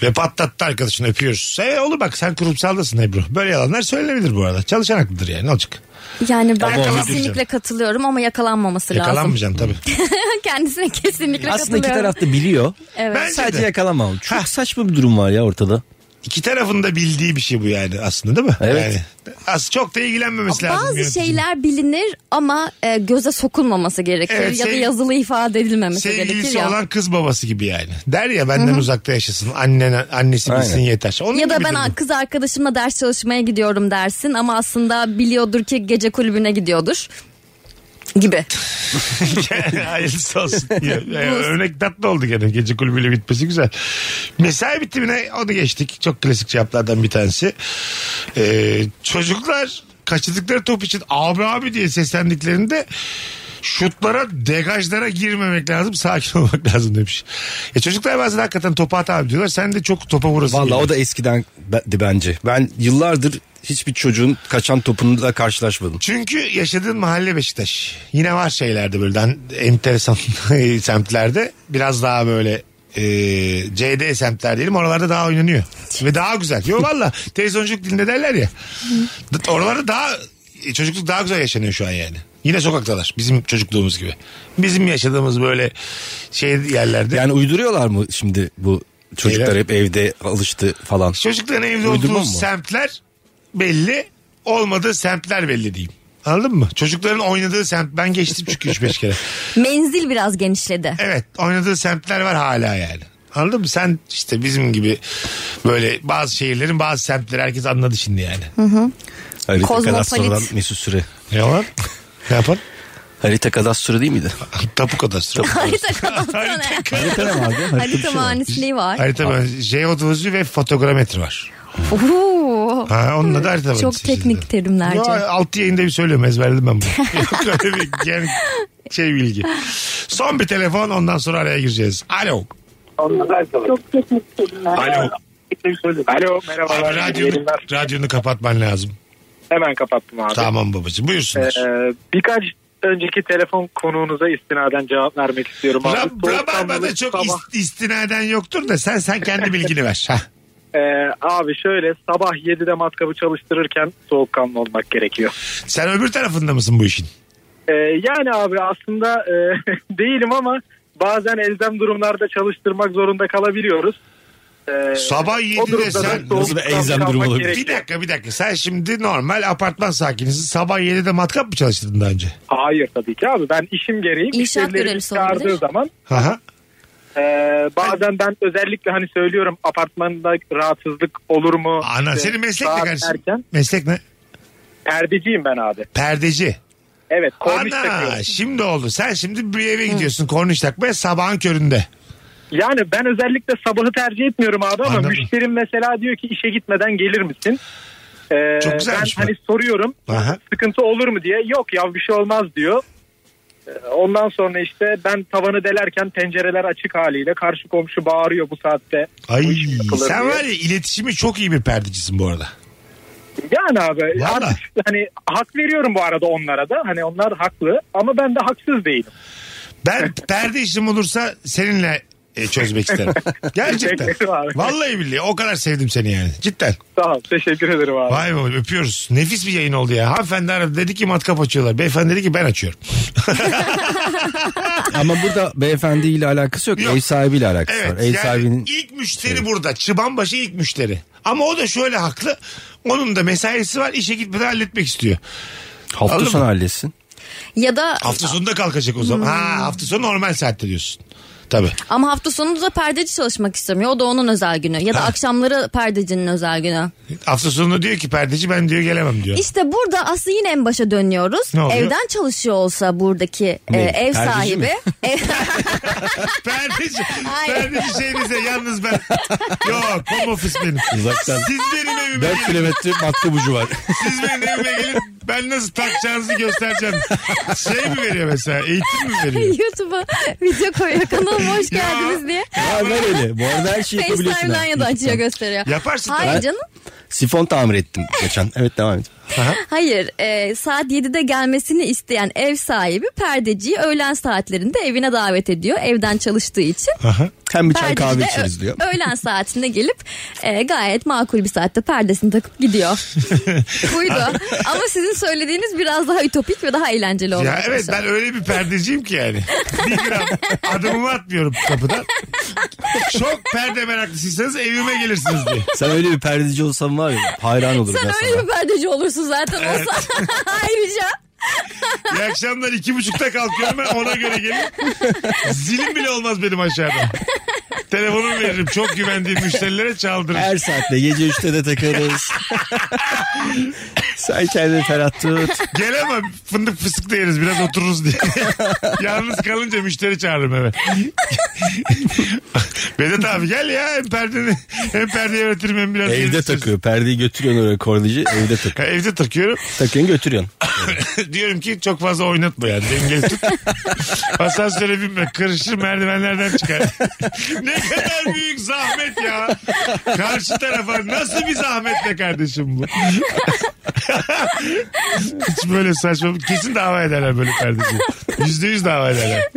[SPEAKER 1] Ve patlattı arkadaşını öpüyoruz. E olur bak sen kurumsaldasın Ebru. Böyle yalanlar söylenebilir bu arada. Çalışan haklıdır yani ne olacak?
[SPEAKER 3] Yani ben
[SPEAKER 1] Ama onu
[SPEAKER 3] kesinlikle
[SPEAKER 1] bileceğim.
[SPEAKER 3] katılıyorum ama yakalanmaması lazım.
[SPEAKER 1] Yakalanmayacaksın tabii.
[SPEAKER 3] <laughs> Kendisine kesinlikle
[SPEAKER 2] Aslında iki
[SPEAKER 3] katılıyorum.
[SPEAKER 2] taraf da biliyor.
[SPEAKER 3] Evet.
[SPEAKER 1] Bence
[SPEAKER 2] Sadece
[SPEAKER 1] de.
[SPEAKER 2] yakalamam. Çok saçma bir durum var ya ortada.
[SPEAKER 1] İki tarafın da bildiği bir şey bu yani aslında değil mi?
[SPEAKER 2] Evet.
[SPEAKER 1] Yani, az çok da ilgilenmemesi lazım.
[SPEAKER 3] Bazı
[SPEAKER 1] yöneticinin.
[SPEAKER 3] şeyler bilinir ama e, göze sokulmaması gerekir
[SPEAKER 1] Evet,
[SPEAKER 3] ya da
[SPEAKER 2] şey-
[SPEAKER 1] sev-
[SPEAKER 3] yazılı ifade edilmemesi gerekir
[SPEAKER 1] Sevgilisi
[SPEAKER 3] ya.
[SPEAKER 1] olan kız babası gibi yani. Der ya benden uzakta yaşasın. Annen, annesi bilsin
[SPEAKER 2] Aynen.
[SPEAKER 1] yeter. Onun
[SPEAKER 3] Ya da
[SPEAKER 1] gibi
[SPEAKER 3] ben
[SPEAKER 1] durum.
[SPEAKER 3] kız arkadaşımla ders çalışmaya gidiyorum dersin ama aslında biliyordur ki gece kulübüne gidiyordur. gibi.
[SPEAKER 1] Hayırlısı olsun. Ya, ya, örnek tatlı oldu gene. Gece kulübüyle bitmesi güzel. Mesai bitimine onu geçtik. Çok klasik cevaplardan bir tanesi. Ee, çocuklar kaçırdıkları top için abi abi diye seslendiklerinde şutlara degajlara girmemek lazım sakin <laughs> olmak lazım demiş. E çocuklar bazen hakikaten topa at abi diyorlar sen de çok topa vurasın.
[SPEAKER 2] Valla
[SPEAKER 1] geliyor.
[SPEAKER 2] o da eskiden di bence. Ben yıllardır hiçbir çocuğun kaçan topunu da karşılaşmadım.
[SPEAKER 1] Çünkü yaşadığın mahalle Beşiktaş. Yine var şeylerde böyle dan- enteresan <laughs> semtlerde. Biraz daha böyle e, CD semtler diyelim oralarda daha oynanıyor. Ve daha güzel. Yo valla televizyonculuk dilinde derler ya. D- Oralarda daha e, çocukluk daha güzel yaşanıyor şu an yani. Yine sokaktalar bizim çocukluğumuz gibi. Bizim yaşadığımız böyle şey yerlerde.
[SPEAKER 2] Yani uyduruyorlar mı şimdi bu çocuklar
[SPEAKER 1] Beyler.
[SPEAKER 2] hep evde alıştı falan.
[SPEAKER 1] Çocukların evde
[SPEAKER 2] Uydurma
[SPEAKER 1] olduğu
[SPEAKER 2] mı?
[SPEAKER 1] semtler belli. Olmadığı semtler belli diyeyim. Anladın mı? Çocukların oynadığı semt. Ben geçtim çünkü 3-5 kere.
[SPEAKER 3] Menzil biraz genişledi.
[SPEAKER 1] Evet oynadığı semtler var hala yani. Anladın mı? Sen işte bizim gibi böyle bazı şehirlerin bazı semtleri herkes anladı şimdi yani.
[SPEAKER 2] Harita
[SPEAKER 3] Kozmopolit.
[SPEAKER 2] kadastrodan Mesut Süre.
[SPEAKER 1] Ne var? ne yapar?
[SPEAKER 2] Harita kadastro
[SPEAKER 1] <laughs>
[SPEAKER 2] değil miydi?
[SPEAKER 1] Tapu kadastro.
[SPEAKER 3] <laughs> Harita kadastro ne?
[SPEAKER 1] Harita-
[SPEAKER 2] Harita ne vardı? Harita bir
[SPEAKER 3] Harita
[SPEAKER 2] şey var.
[SPEAKER 3] mühendisliği var.
[SPEAKER 1] Harita mühendisi, jeodezi ve fotogrametri var.
[SPEAKER 3] Oo.
[SPEAKER 1] Ha, onunla da harita
[SPEAKER 3] Çok
[SPEAKER 1] mühendisi
[SPEAKER 3] teknik
[SPEAKER 1] işte.
[SPEAKER 3] terimlerce.
[SPEAKER 1] Yo, altı yayında bir söylüyorum ezberledim
[SPEAKER 3] <laughs>
[SPEAKER 1] ben bunu. Yok öyle bir yani şey bilgi. Son bir telefon ondan sonra araya gireceğiz. Alo.
[SPEAKER 5] Çok teknik terimler.
[SPEAKER 1] Alo.
[SPEAKER 7] Alo merhabalar.
[SPEAKER 1] Abi, radyonu, radyonu kapatman lazım.
[SPEAKER 7] Hemen kapattım abi.
[SPEAKER 1] Tamam babacığım buyursunlar.
[SPEAKER 7] Ee, birkaç önceki telefon konuğunuza istinaden cevap vermek istiyorum. abi.
[SPEAKER 1] Rab-
[SPEAKER 7] Soğuk
[SPEAKER 1] Rabarba'da
[SPEAKER 7] kanlılık
[SPEAKER 1] çok
[SPEAKER 7] sabah-
[SPEAKER 1] ist- istinaden yoktur da sen sen kendi bilgini ver. Hah.
[SPEAKER 7] Ee, abi şöyle sabah 7'de matkabı çalıştırırken soğukkanlı olmak gerekiyor.
[SPEAKER 1] Sen öbür tarafında mısın bu işin?
[SPEAKER 7] Ee, yani abi aslında e, <laughs> değilim ama bazen elzem durumlarda çalıştırmak zorunda kalabiliyoruz. Ee,
[SPEAKER 1] Sabah
[SPEAKER 7] o
[SPEAKER 1] 7'de
[SPEAKER 7] durumda da
[SPEAKER 1] sen-
[SPEAKER 7] soğuk
[SPEAKER 2] Nasıl bir
[SPEAKER 7] kanlı
[SPEAKER 2] elzem
[SPEAKER 7] kalmak
[SPEAKER 2] durumu olabilir?
[SPEAKER 7] gerekiyor.
[SPEAKER 1] Bir dakika bir dakika. Sen şimdi normal apartman sakinisin. Sabah 7'de matkap mı çalıştırdın daha önce?
[SPEAKER 7] Hayır tabii ki abi ben işim gereği
[SPEAKER 3] İnşaat
[SPEAKER 7] müşterilerimi
[SPEAKER 3] görevlisi
[SPEAKER 7] çağırdığı
[SPEAKER 3] olabilir.
[SPEAKER 7] zaman
[SPEAKER 1] Aha.
[SPEAKER 7] e, bazen ben özellikle hani söylüyorum apartmanda rahatsızlık olur mu?
[SPEAKER 1] Ana
[SPEAKER 7] İşte
[SPEAKER 1] senin meslek ne
[SPEAKER 7] saat
[SPEAKER 1] kardeşim?
[SPEAKER 7] erken.
[SPEAKER 1] Meslek ne?
[SPEAKER 7] Perdeciyim ben abi.
[SPEAKER 1] Perdeci.
[SPEAKER 7] Evet şey. korniş
[SPEAKER 1] Ana
[SPEAKER 7] takıyorum.
[SPEAKER 1] şimdi oldu. Sen şimdi bir eve gidiyorsun korniş takmaya sabahın köründe.
[SPEAKER 7] Yani ben özellikle sabahı tercih etmiyorum abi ama
[SPEAKER 1] Anladım.
[SPEAKER 7] müşterim mesela diyor ki işe gitmeden gelir misin? Ee,
[SPEAKER 1] Çok güzelmiş
[SPEAKER 7] ben
[SPEAKER 1] bu.
[SPEAKER 7] hani soruyorum
[SPEAKER 1] Aha.
[SPEAKER 7] sıkıntı olur mu diye yok ya bir şey olmaz diyor. Ee, Ondan sonra işte ben tavanı delerken tencereler açık haliyle karşı komşu bağırıyor bu saatte.
[SPEAKER 1] Ay
[SPEAKER 7] Bu iş mi yapılır
[SPEAKER 1] sen
[SPEAKER 7] diye.
[SPEAKER 1] var ya iletişimi çok iyi bir perdecisin bu arada.
[SPEAKER 7] Yani abi
[SPEAKER 1] Valla.
[SPEAKER 7] artık hani hak veriyorum bu arada onlara da hani onlar haklı ama ben de haksız değilim. <laughs>
[SPEAKER 1] Ben perde işim olursa seninle e, çözmek isterim. Gerçekten.
[SPEAKER 7] Teşekkür ederim abi.
[SPEAKER 1] Vallahi billahi o kadar sevdim seni yani. Cidden.
[SPEAKER 7] Sağ ol teşekkür ederim abi.
[SPEAKER 1] Vay be öpüyoruz. Nefis bir yayın oldu ya. Hanımefendi aradı dedi ki matkap açıyorlar. Beyefendi dedi ki ben açıyorum.
[SPEAKER 2] Ama burada beyefendiyle alakası yok.
[SPEAKER 1] Yok.
[SPEAKER 2] Ev sahibiyle alakası
[SPEAKER 1] Evet
[SPEAKER 2] var. Ev
[SPEAKER 1] yani
[SPEAKER 2] sahibinin
[SPEAKER 1] ilk müşteri burada. Çıbanbaşı ilk müşteri. Ama o da şöyle haklı. Onun da mesaisi var. işe gitmeden halletmek istiyor.
[SPEAKER 2] hafta
[SPEAKER 1] Anladın
[SPEAKER 2] sonu
[SPEAKER 1] mı?
[SPEAKER 2] halletsin.
[SPEAKER 3] Ya da
[SPEAKER 1] Hafta sonunda kalkacak o zaman. Ha hafta sonu normal saatte diyorsun. Tabii.
[SPEAKER 3] ama hafta sonu da perdeci çalışmak istemiyor. O da onun özel günü. Ya da akşamları perdecinin özel günü.
[SPEAKER 1] Hafta sonunda diyor ki perdeci ben diyor gelemem diyor.
[SPEAKER 3] İşte burada aslında yine en başa dönüyoruz.
[SPEAKER 1] Ne oluyor?
[SPEAKER 3] Evden çalışıyor olsa buradaki e,
[SPEAKER 2] Ne?
[SPEAKER 3] ev
[SPEAKER 2] Perdeci
[SPEAKER 3] sahibi.
[SPEAKER 2] mi?
[SPEAKER 3] <laughs> Ev-
[SPEAKER 1] Perdeci,
[SPEAKER 3] Hayır.
[SPEAKER 1] perdeci şeyinize yalnız ben. Yok home office benim.
[SPEAKER 2] Uzaktan.
[SPEAKER 1] Siz benim evime
[SPEAKER 2] 4
[SPEAKER 1] gelin.
[SPEAKER 2] kilometre matkap ucu var.
[SPEAKER 1] Siz benim evime gelin. Ben nasıl takacağınızı göstereceğim. Şey mi veriyor mesela? Eğitim mi veriyor?
[SPEAKER 3] YouTube'a video koyuyor kanalıma
[SPEAKER 2] <laughs>
[SPEAKER 3] hoş geldiniz diye.
[SPEAKER 2] <laughs> ya ver öyle. Bu arada her şeyi Şey yapabiliyorsun.
[SPEAKER 3] FaceTime'dan
[SPEAKER 2] ha.
[SPEAKER 3] ya da açıyor
[SPEAKER 2] YouTube'dan.
[SPEAKER 3] gösteriyor.
[SPEAKER 1] Yaparsın
[SPEAKER 3] Hayır
[SPEAKER 2] tabii.
[SPEAKER 3] canım.
[SPEAKER 2] Sifon tamir ettim geçen. Evet devam et.
[SPEAKER 3] Hayır. e, saat 7'de gelmesini isteyen ev sahibi perdeciyi öğlen saatlerinde evine davet ediyor. Evden çalıştığı için.
[SPEAKER 2] Hem bir çay
[SPEAKER 3] Perdeci
[SPEAKER 2] kahve
[SPEAKER 3] de
[SPEAKER 2] içeriz diyor.
[SPEAKER 3] ö- öğlen saatinde gelip e, gayet makul bir saatte perdesini takıp
[SPEAKER 2] <laughs>
[SPEAKER 3] gidiyor. Buydu. Ama sizin söylediğiniz biraz daha ütopik ve daha eğlenceli olmuş.
[SPEAKER 1] Ya evet ben öyle bir perdeciyim ki yani. Bir gram adımımı atmıyorum kapıdan. Çok perde meraklısıysanız evime gelirsiniz diye.
[SPEAKER 2] Sen öyle bir perdeci olsan var ya hayran olurum
[SPEAKER 3] Sen
[SPEAKER 2] ben sana.
[SPEAKER 3] öyle bir perdeci olursun zaten olsa. <laughs> Ayrıca
[SPEAKER 1] İyi akşamlar iki buçukta kalkıyorum ben ona göre gelin. Zilim bile olmaz benim aşağıda. Telefonu veririm. Çok güvendiğim müşterilere çaldırırım.
[SPEAKER 2] Her saatte gece 3'te
[SPEAKER 3] <laughs>
[SPEAKER 2] de takarız. Sen kendini ferah tut.
[SPEAKER 1] Gel ama fındık fıstık da yeriz biraz otururuz diye. Yalnız kalınca müşteri çağırırım eve. Vedat abi gel ya hem perdeni hem perdeyi öğretirim hem biraz.
[SPEAKER 2] Evde
[SPEAKER 1] yeriz.
[SPEAKER 2] takıyor. Perdeyi götürüyorsun oraya kordici. Evde takıyor.
[SPEAKER 1] Ha, evde takıyorum.
[SPEAKER 2] Takıyorsun <laughs> götürüyorsun.
[SPEAKER 1] <laughs> Diyorum ki çok fazla oynatma yani dengeli tut. Asansöre binme kırışır merdivenlerden çıkar. <laughs> ne kadar büyük zahmet ya. Karşı tarafa nasıl bir zahmet be kardeşim bu. <laughs> Hiç böyle saçma kesin dava ederler böyle kardeşim. Yüzde yüz dava ederler.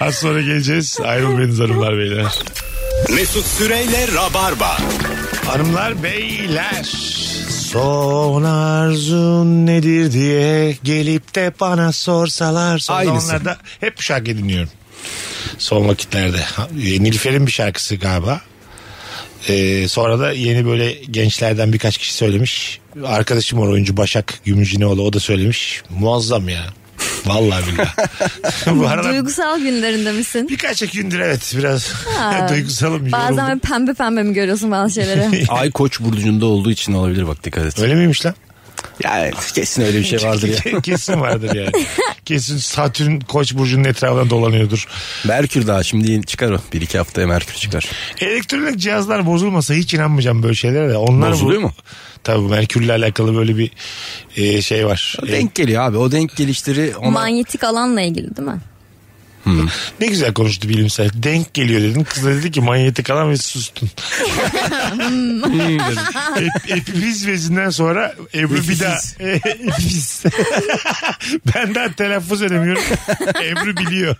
[SPEAKER 1] Az sonra geleceğiz ayrılmayınız hanımlar beyler.
[SPEAKER 6] Mesut Süreyle Rabarba.
[SPEAKER 1] Hanımlar beyler son arzun nedir diye gelip de bana sorsalar son
[SPEAKER 2] Aynısı.
[SPEAKER 1] zamanlarda hep bu şarkıyı dinliyorum. Son vakitlerde. Ha, e, Nilüfer'in bir şarkısı galiba. Ee, sonra da yeni böyle gençlerden birkaç kişi söylemiş. Arkadaşım var oyuncu Başak Gümüşineoğlu o da söylemiş. Muazzam ya. Vallahi billahi.
[SPEAKER 3] <laughs>
[SPEAKER 1] bu aralar
[SPEAKER 3] Duygusal günlerinde misin?
[SPEAKER 1] birkaç gündür evet biraz
[SPEAKER 3] Ha.
[SPEAKER 1] <laughs> duygusalım.
[SPEAKER 3] Bazen
[SPEAKER 1] yoruldum.
[SPEAKER 3] böyle pembe pembe mi görüyorsun bazı
[SPEAKER 1] <laughs>
[SPEAKER 3] şeyleri?
[SPEAKER 2] Ay koç burcunda olduğu için olabilir bak dikkat et.
[SPEAKER 1] Öyle miymiş lan?
[SPEAKER 2] Ya kesin öyle bir şey vardır <laughs> ya.
[SPEAKER 1] Kesin vardır
[SPEAKER 2] <laughs>
[SPEAKER 1] yani. Kesin Satürn Koç burcunun etrafında dolanıyordur.
[SPEAKER 2] Merkür daha şimdi yeni çıkar o. Bir iki haftaya Merkür çıkar.
[SPEAKER 1] Elektronik cihazlar bozulmasa hiç inanmayacağım böyle şeylere de. Onlar
[SPEAKER 2] Bozuluyor
[SPEAKER 1] bu-
[SPEAKER 2] mu?
[SPEAKER 1] Tabii Merkür'le alakalı böyle bir e, şey var.
[SPEAKER 2] O
[SPEAKER 1] E,
[SPEAKER 2] denk geliyor abi. O denk gelişleri ona...
[SPEAKER 3] Manyetik alanla ilgili değil mi?
[SPEAKER 1] ne güzel konuştu bilimsel. Denk geliyor dedin. Kız da dedi ki manyetik alan ve
[SPEAKER 2] <laughs>
[SPEAKER 1] sustun. Ep- Epifiz vezinden sonra Ebru bir daha. <laughs> E, epifiz. ben daha telaffuz edemiyorum. Ebru biliyor.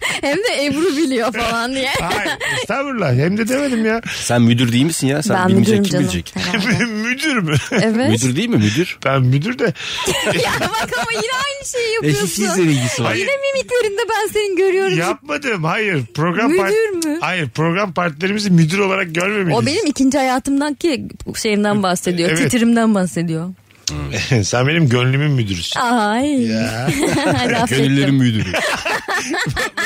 [SPEAKER 3] Hem de Ebru biliyor falan
[SPEAKER 1] <laughs>
[SPEAKER 3] diye.
[SPEAKER 1] Hayır estağfurullah. Hem de demedim ya.
[SPEAKER 2] Sen müdür değil misin ya? Sen
[SPEAKER 3] ben müdürüm
[SPEAKER 2] bilmeyecek kim
[SPEAKER 3] canım.
[SPEAKER 2] bilecek?
[SPEAKER 3] Herhalde.
[SPEAKER 1] <laughs> müdür mü?
[SPEAKER 3] Evet.
[SPEAKER 2] Müdür değil mi <laughs> müdür?
[SPEAKER 1] Ben müdür de.
[SPEAKER 3] ya bak ama yine aynı şeyi
[SPEAKER 2] E, hiç
[SPEAKER 3] yapıyorsun.
[SPEAKER 2] sizle ilgisi <laughs> var.
[SPEAKER 1] Hayır.
[SPEAKER 3] Yine mimiklerinde ben seni görüyorum.
[SPEAKER 1] Yapmadım. Hayır. Program
[SPEAKER 3] Müdür
[SPEAKER 1] part-
[SPEAKER 3] mü?
[SPEAKER 1] Hayır. Program partilerimizi müdür olarak görmemeliyiz.
[SPEAKER 3] O benim ikinci hayatımdaki şeyimden bahsediyor.
[SPEAKER 1] Evet.
[SPEAKER 3] Titrimden bahsediyor.
[SPEAKER 1] <laughs> Sen benim gönlümün müdürüsün.
[SPEAKER 3] Ay. <laughs> Laf ettim. <laughs>
[SPEAKER 2] müdürü.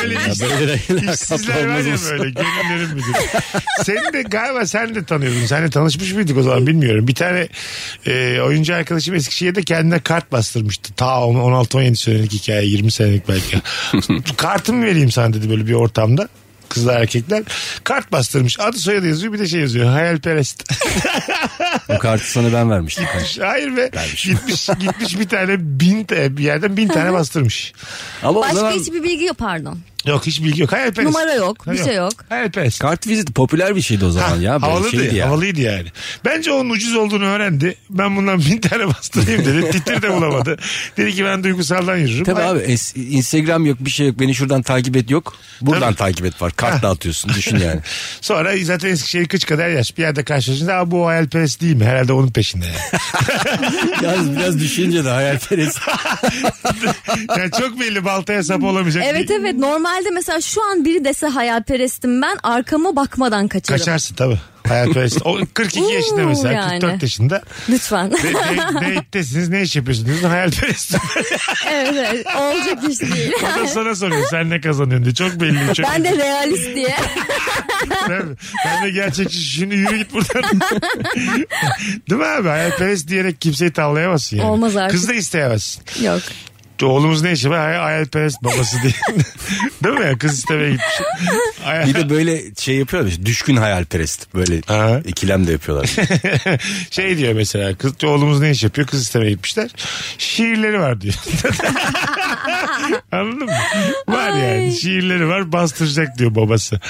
[SPEAKER 1] Böyle iş-
[SPEAKER 2] Böyle
[SPEAKER 1] işsizler var ya böyle. Gönüllerin müdürü. Seni de galiba sen de tanıyordun. Senle tanışmış mıydık o zaman bilmiyorum. Bir tane e, oyuncu arkadaşım Eskişehir'de kendine kart bastırmıştı. Ta 16-17 senelik hikaye. 20 senelik belki. Kartımı vereyim sana dedi böyle bir ortamda. Kızlar erkekler. Kart bastırmış. Adı soyadı yazıyor bir de şey yazıyor. Hayalperest.
[SPEAKER 2] O <laughs> kartı sana ben <laughs> vermiştim.
[SPEAKER 1] Hayır be.
[SPEAKER 2] Vermiş.
[SPEAKER 1] Gitmiş gitmiş bir tane bin te, bir yerden bin tane bastırmış.
[SPEAKER 2] Ama o
[SPEAKER 3] Başka
[SPEAKER 2] zaman
[SPEAKER 3] hiçbir bilgi yok pardon.
[SPEAKER 1] Yok hiç bilgi yok. Hayalperest.
[SPEAKER 3] Numara yok, bir
[SPEAKER 1] Hayır,
[SPEAKER 3] şey yok.
[SPEAKER 1] Hayalperest.
[SPEAKER 2] kart vizit popüler bir şeydi o zaman ya. Böyle
[SPEAKER 1] havalıydı,
[SPEAKER 2] şeydi ya.
[SPEAKER 1] havalıydı yani. Bence onun ucuz olduğunu öğrendi. Ben bundan bin tane bastırayım dedi. Titir de bulamadı. Dedi ki ben duygusaldan yürürüm.
[SPEAKER 2] Tabii
[SPEAKER 1] Ay-
[SPEAKER 2] abi es- Instagram yok bir şey yok beni şuradan takip et yok. Buradan
[SPEAKER 1] Tabii.
[SPEAKER 2] takip et var kart dağıtıyorsun
[SPEAKER 1] <laughs>
[SPEAKER 2] düşün yani.
[SPEAKER 1] Sonra zaten Eskişehir kıç kadar yaş. Bir yerde karşılaşınca "Aa, bu hayalperest değil mi? Herhalde onun peşinde.
[SPEAKER 2] <laughs>
[SPEAKER 1] Yani.
[SPEAKER 2] Yalnız biraz düşünce de
[SPEAKER 1] <laughs>
[SPEAKER 2] hayalperest.
[SPEAKER 1] yani çok belli baltaya sap olamayacak.
[SPEAKER 3] Evet
[SPEAKER 1] Bir-
[SPEAKER 3] evet normalde mesela şu an biri dese hayalperestim ben arkama bakmadan kaçarım.
[SPEAKER 1] Kaçarsın tabii. Hayalperest. O 42 yaşında
[SPEAKER 3] Oo,
[SPEAKER 1] mesela
[SPEAKER 3] yani.
[SPEAKER 1] 44 yaşında.
[SPEAKER 3] Lütfen.
[SPEAKER 1] De- de- Date'desiniz ne iş yapıyorsunuz? Hayalperest.
[SPEAKER 3] <laughs> evet, evet olacak iş değil.
[SPEAKER 1] O da sana soruyor sen ne kazanıyorsun diye. Çok belli. Çok
[SPEAKER 3] ben de realist
[SPEAKER 1] <laughs>
[SPEAKER 3] diye.
[SPEAKER 1] Ben, ben de gerçekçi şimdi yürü
[SPEAKER 3] <laughs>
[SPEAKER 1] git buradan. Değil mi abi? Hayalperest diyerek kimseyi tavlayamazsın yani.
[SPEAKER 3] Olmaz artık.
[SPEAKER 1] Kız da isteyemezsin.
[SPEAKER 3] yok.
[SPEAKER 1] Oğlumuz ne işi var? Hay- Hayalperest babası diye. <laughs> Değil mi? Kız istemeye gitmiş.
[SPEAKER 3] <laughs>
[SPEAKER 1] Hay-
[SPEAKER 2] Bir de böyle şey yapıyorlar işte, düşkün hayalperest böyle
[SPEAKER 1] Ha.
[SPEAKER 2] ikilem
[SPEAKER 1] <laughs>
[SPEAKER 2] de yapıyorlar.
[SPEAKER 1] şey diyor mesela kız oğlumuz ne iş yapıyor kız istemeye gitmişler. Şiirleri var diyor. <laughs> Anladın mı? Var yani şiirleri var bastıracak diyor babası.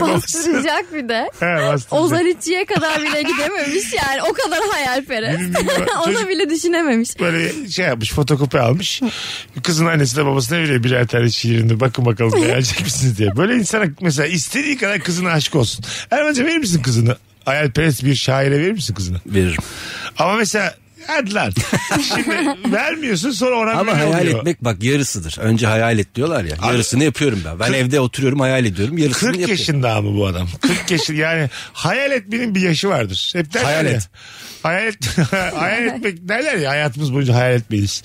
[SPEAKER 3] <laughs>
[SPEAKER 1] babası.
[SPEAKER 3] Bastıracak bir de.
[SPEAKER 1] <laughs> He, bastıracak.
[SPEAKER 3] Ozalitçiye kadar bile gidememiş yani o kadar hayalperest. <laughs>
[SPEAKER 1] Benim bildiğim- Çocuk-
[SPEAKER 3] Onu bile düşünememiş.
[SPEAKER 1] böyle şey yapmış fotokopi almış. Kızın annesi de babasına veriyor birer tane şiirini bakın bakalım beğenecek misiniz diye. Böyle insana mesela istediği kadar kızına aşık olsun. Erman'cığım verir misin kızını? Hayalperest bir şaire verir misin kızını?
[SPEAKER 2] Veririm.
[SPEAKER 1] Ama mesela Hadi lan. Şimdi vermiyorsun sonra oran
[SPEAKER 2] Ama
[SPEAKER 1] böyle
[SPEAKER 2] hayal
[SPEAKER 1] oluyor.
[SPEAKER 2] etmek bak yarısıdır. Önce hayal et diyorlar ya. Yarısını yapıyorum ben. Ben evde oturuyorum hayal ediyorum. Yarısını
[SPEAKER 1] 40
[SPEAKER 2] yapıyorum.
[SPEAKER 1] yaşında ama bu adam. 40 yaşında yani hayal etmenin bir yaşı vardır. Hep derler
[SPEAKER 2] Hayal
[SPEAKER 1] ya.
[SPEAKER 2] et.
[SPEAKER 1] Hayal, et, <laughs> hayal etmek derler ya hayatımız boyunca hayal etmeliyiz.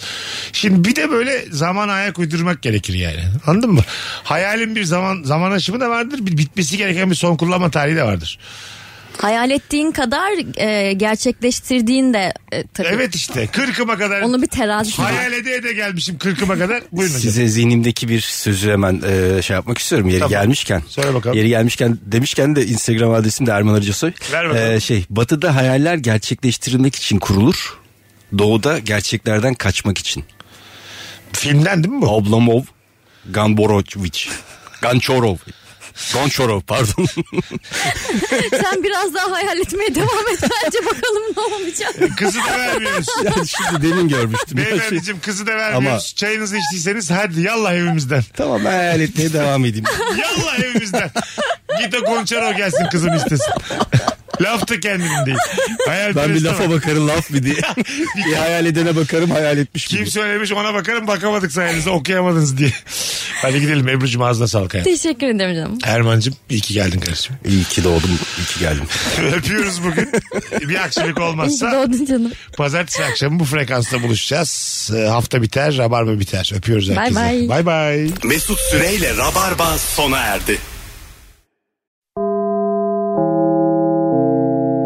[SPEAKER 1] Şimdi bir de böyle zaman ayak uydurmak gerekir yani. Anladın mı? Hayalin bir zaman zaman aşımı da vardır. Bir bitmesi gereken bir son kullanma tarihi de vardır.
[SPEAKER 3] Hayal ettiğin kadar e, gerçekleştirdiğin de e, tabii.
[SPEAKER 1] Evet işte 40'ıma kadar
[SPEAKER 3] Onu bir terazi.
[SPEAKER 1] hayal ede ede gelmişim 40'ıma kadar. Buyurun hocam.
[SPEAKER 2] Size zihnimdeki bir sözü hemen e, şey yapmak istiyorum yeri
[SPEAKER 1] Tamam.
[SPEAKER 2] gelmişken.
[SPEAKER 1] Söyle bakalım.
[SPEAKER 2] Yeri gelmişken demişken de Instagram adresim de Erman Arıcasoy.
[SPEAKER 1] Ver bakalım.
[SPEAKER 2] E, şey batıda hayaller gerçekleştirilmek için kurulur. Doğuda gerçeklerden kaçmak için.
[SPEAKER 1] Filmden değil mi bu?
[SPEAKER 2] Oblomov, Ganborovic, Ganchorov. Gonchorov pardon.
[SPEAKER 3] <laughs> Sen biraz daha hayal etmeye devam et bence bakalım ne olacak.
[SPEAKER 1] Kızı da
[SPEAKER 2] <laughs>
[SPEAKER 1] vermiyoruz.
[SPEAKER 2] yani şimdi demin görmüştüm. Ya şey-
[SPEAKER 1] Beyefendiciğim kızı da vermiyoruz. Çayınızı içtiyseniz hadi yallah evimizden.
[SPEAKER 2] Tamam ben hayal etmeye
[SPEAKER 3] <laughs>
[SPEAKER 2] devam edeyim.
[SPEAKER 1] Yallah evimizden. Git o Gonçaro gelsin kızım istesin. <laughs> Laf da kendinin değil. Hayal
[SPEAKER 2] Ben bir
[SPEAKER 1] kırıklığı var.
[SPEAKER 2] lafa bakarım laf mı diye. bir hayal edene bakarım hayal etmiş mi
[SPEAKER 1] Kim
[SPEAKER 2] diye.
[SPEAKER 1] söylemiş ona bakarım bakamadık sayenizde okuyamadınız diye. Hadi gidelim Ebru'cum ağzına sağlık hayatım.
[SPEAKER 3] Teşekkür ederim canım.
[SPEAKER 1] Erman'cım iyi ki geldin kardeşim. <laughs>
[SPEAKER 2] İyi ki doğdum, iyi ki geldim.
[SPEAKER 1] Öpüyoruz bugün. Bir aksilik
[SPEAKER 3] İyi ki
[SPEAKER 1] olmazsa
[SPEAKER 3] doğdun canım.
[SPEAKER 1] pazartesi akşamı bu frekansta buluşacağız. Ee, Hafta biter, rabarba biter. Öpüyoruz herkese.
[SPEAKER 3] bay.
[SPEAKER 1] Bay bay.
[SPEAKER 6] Mesut Süreyle Rabarba sona erdi.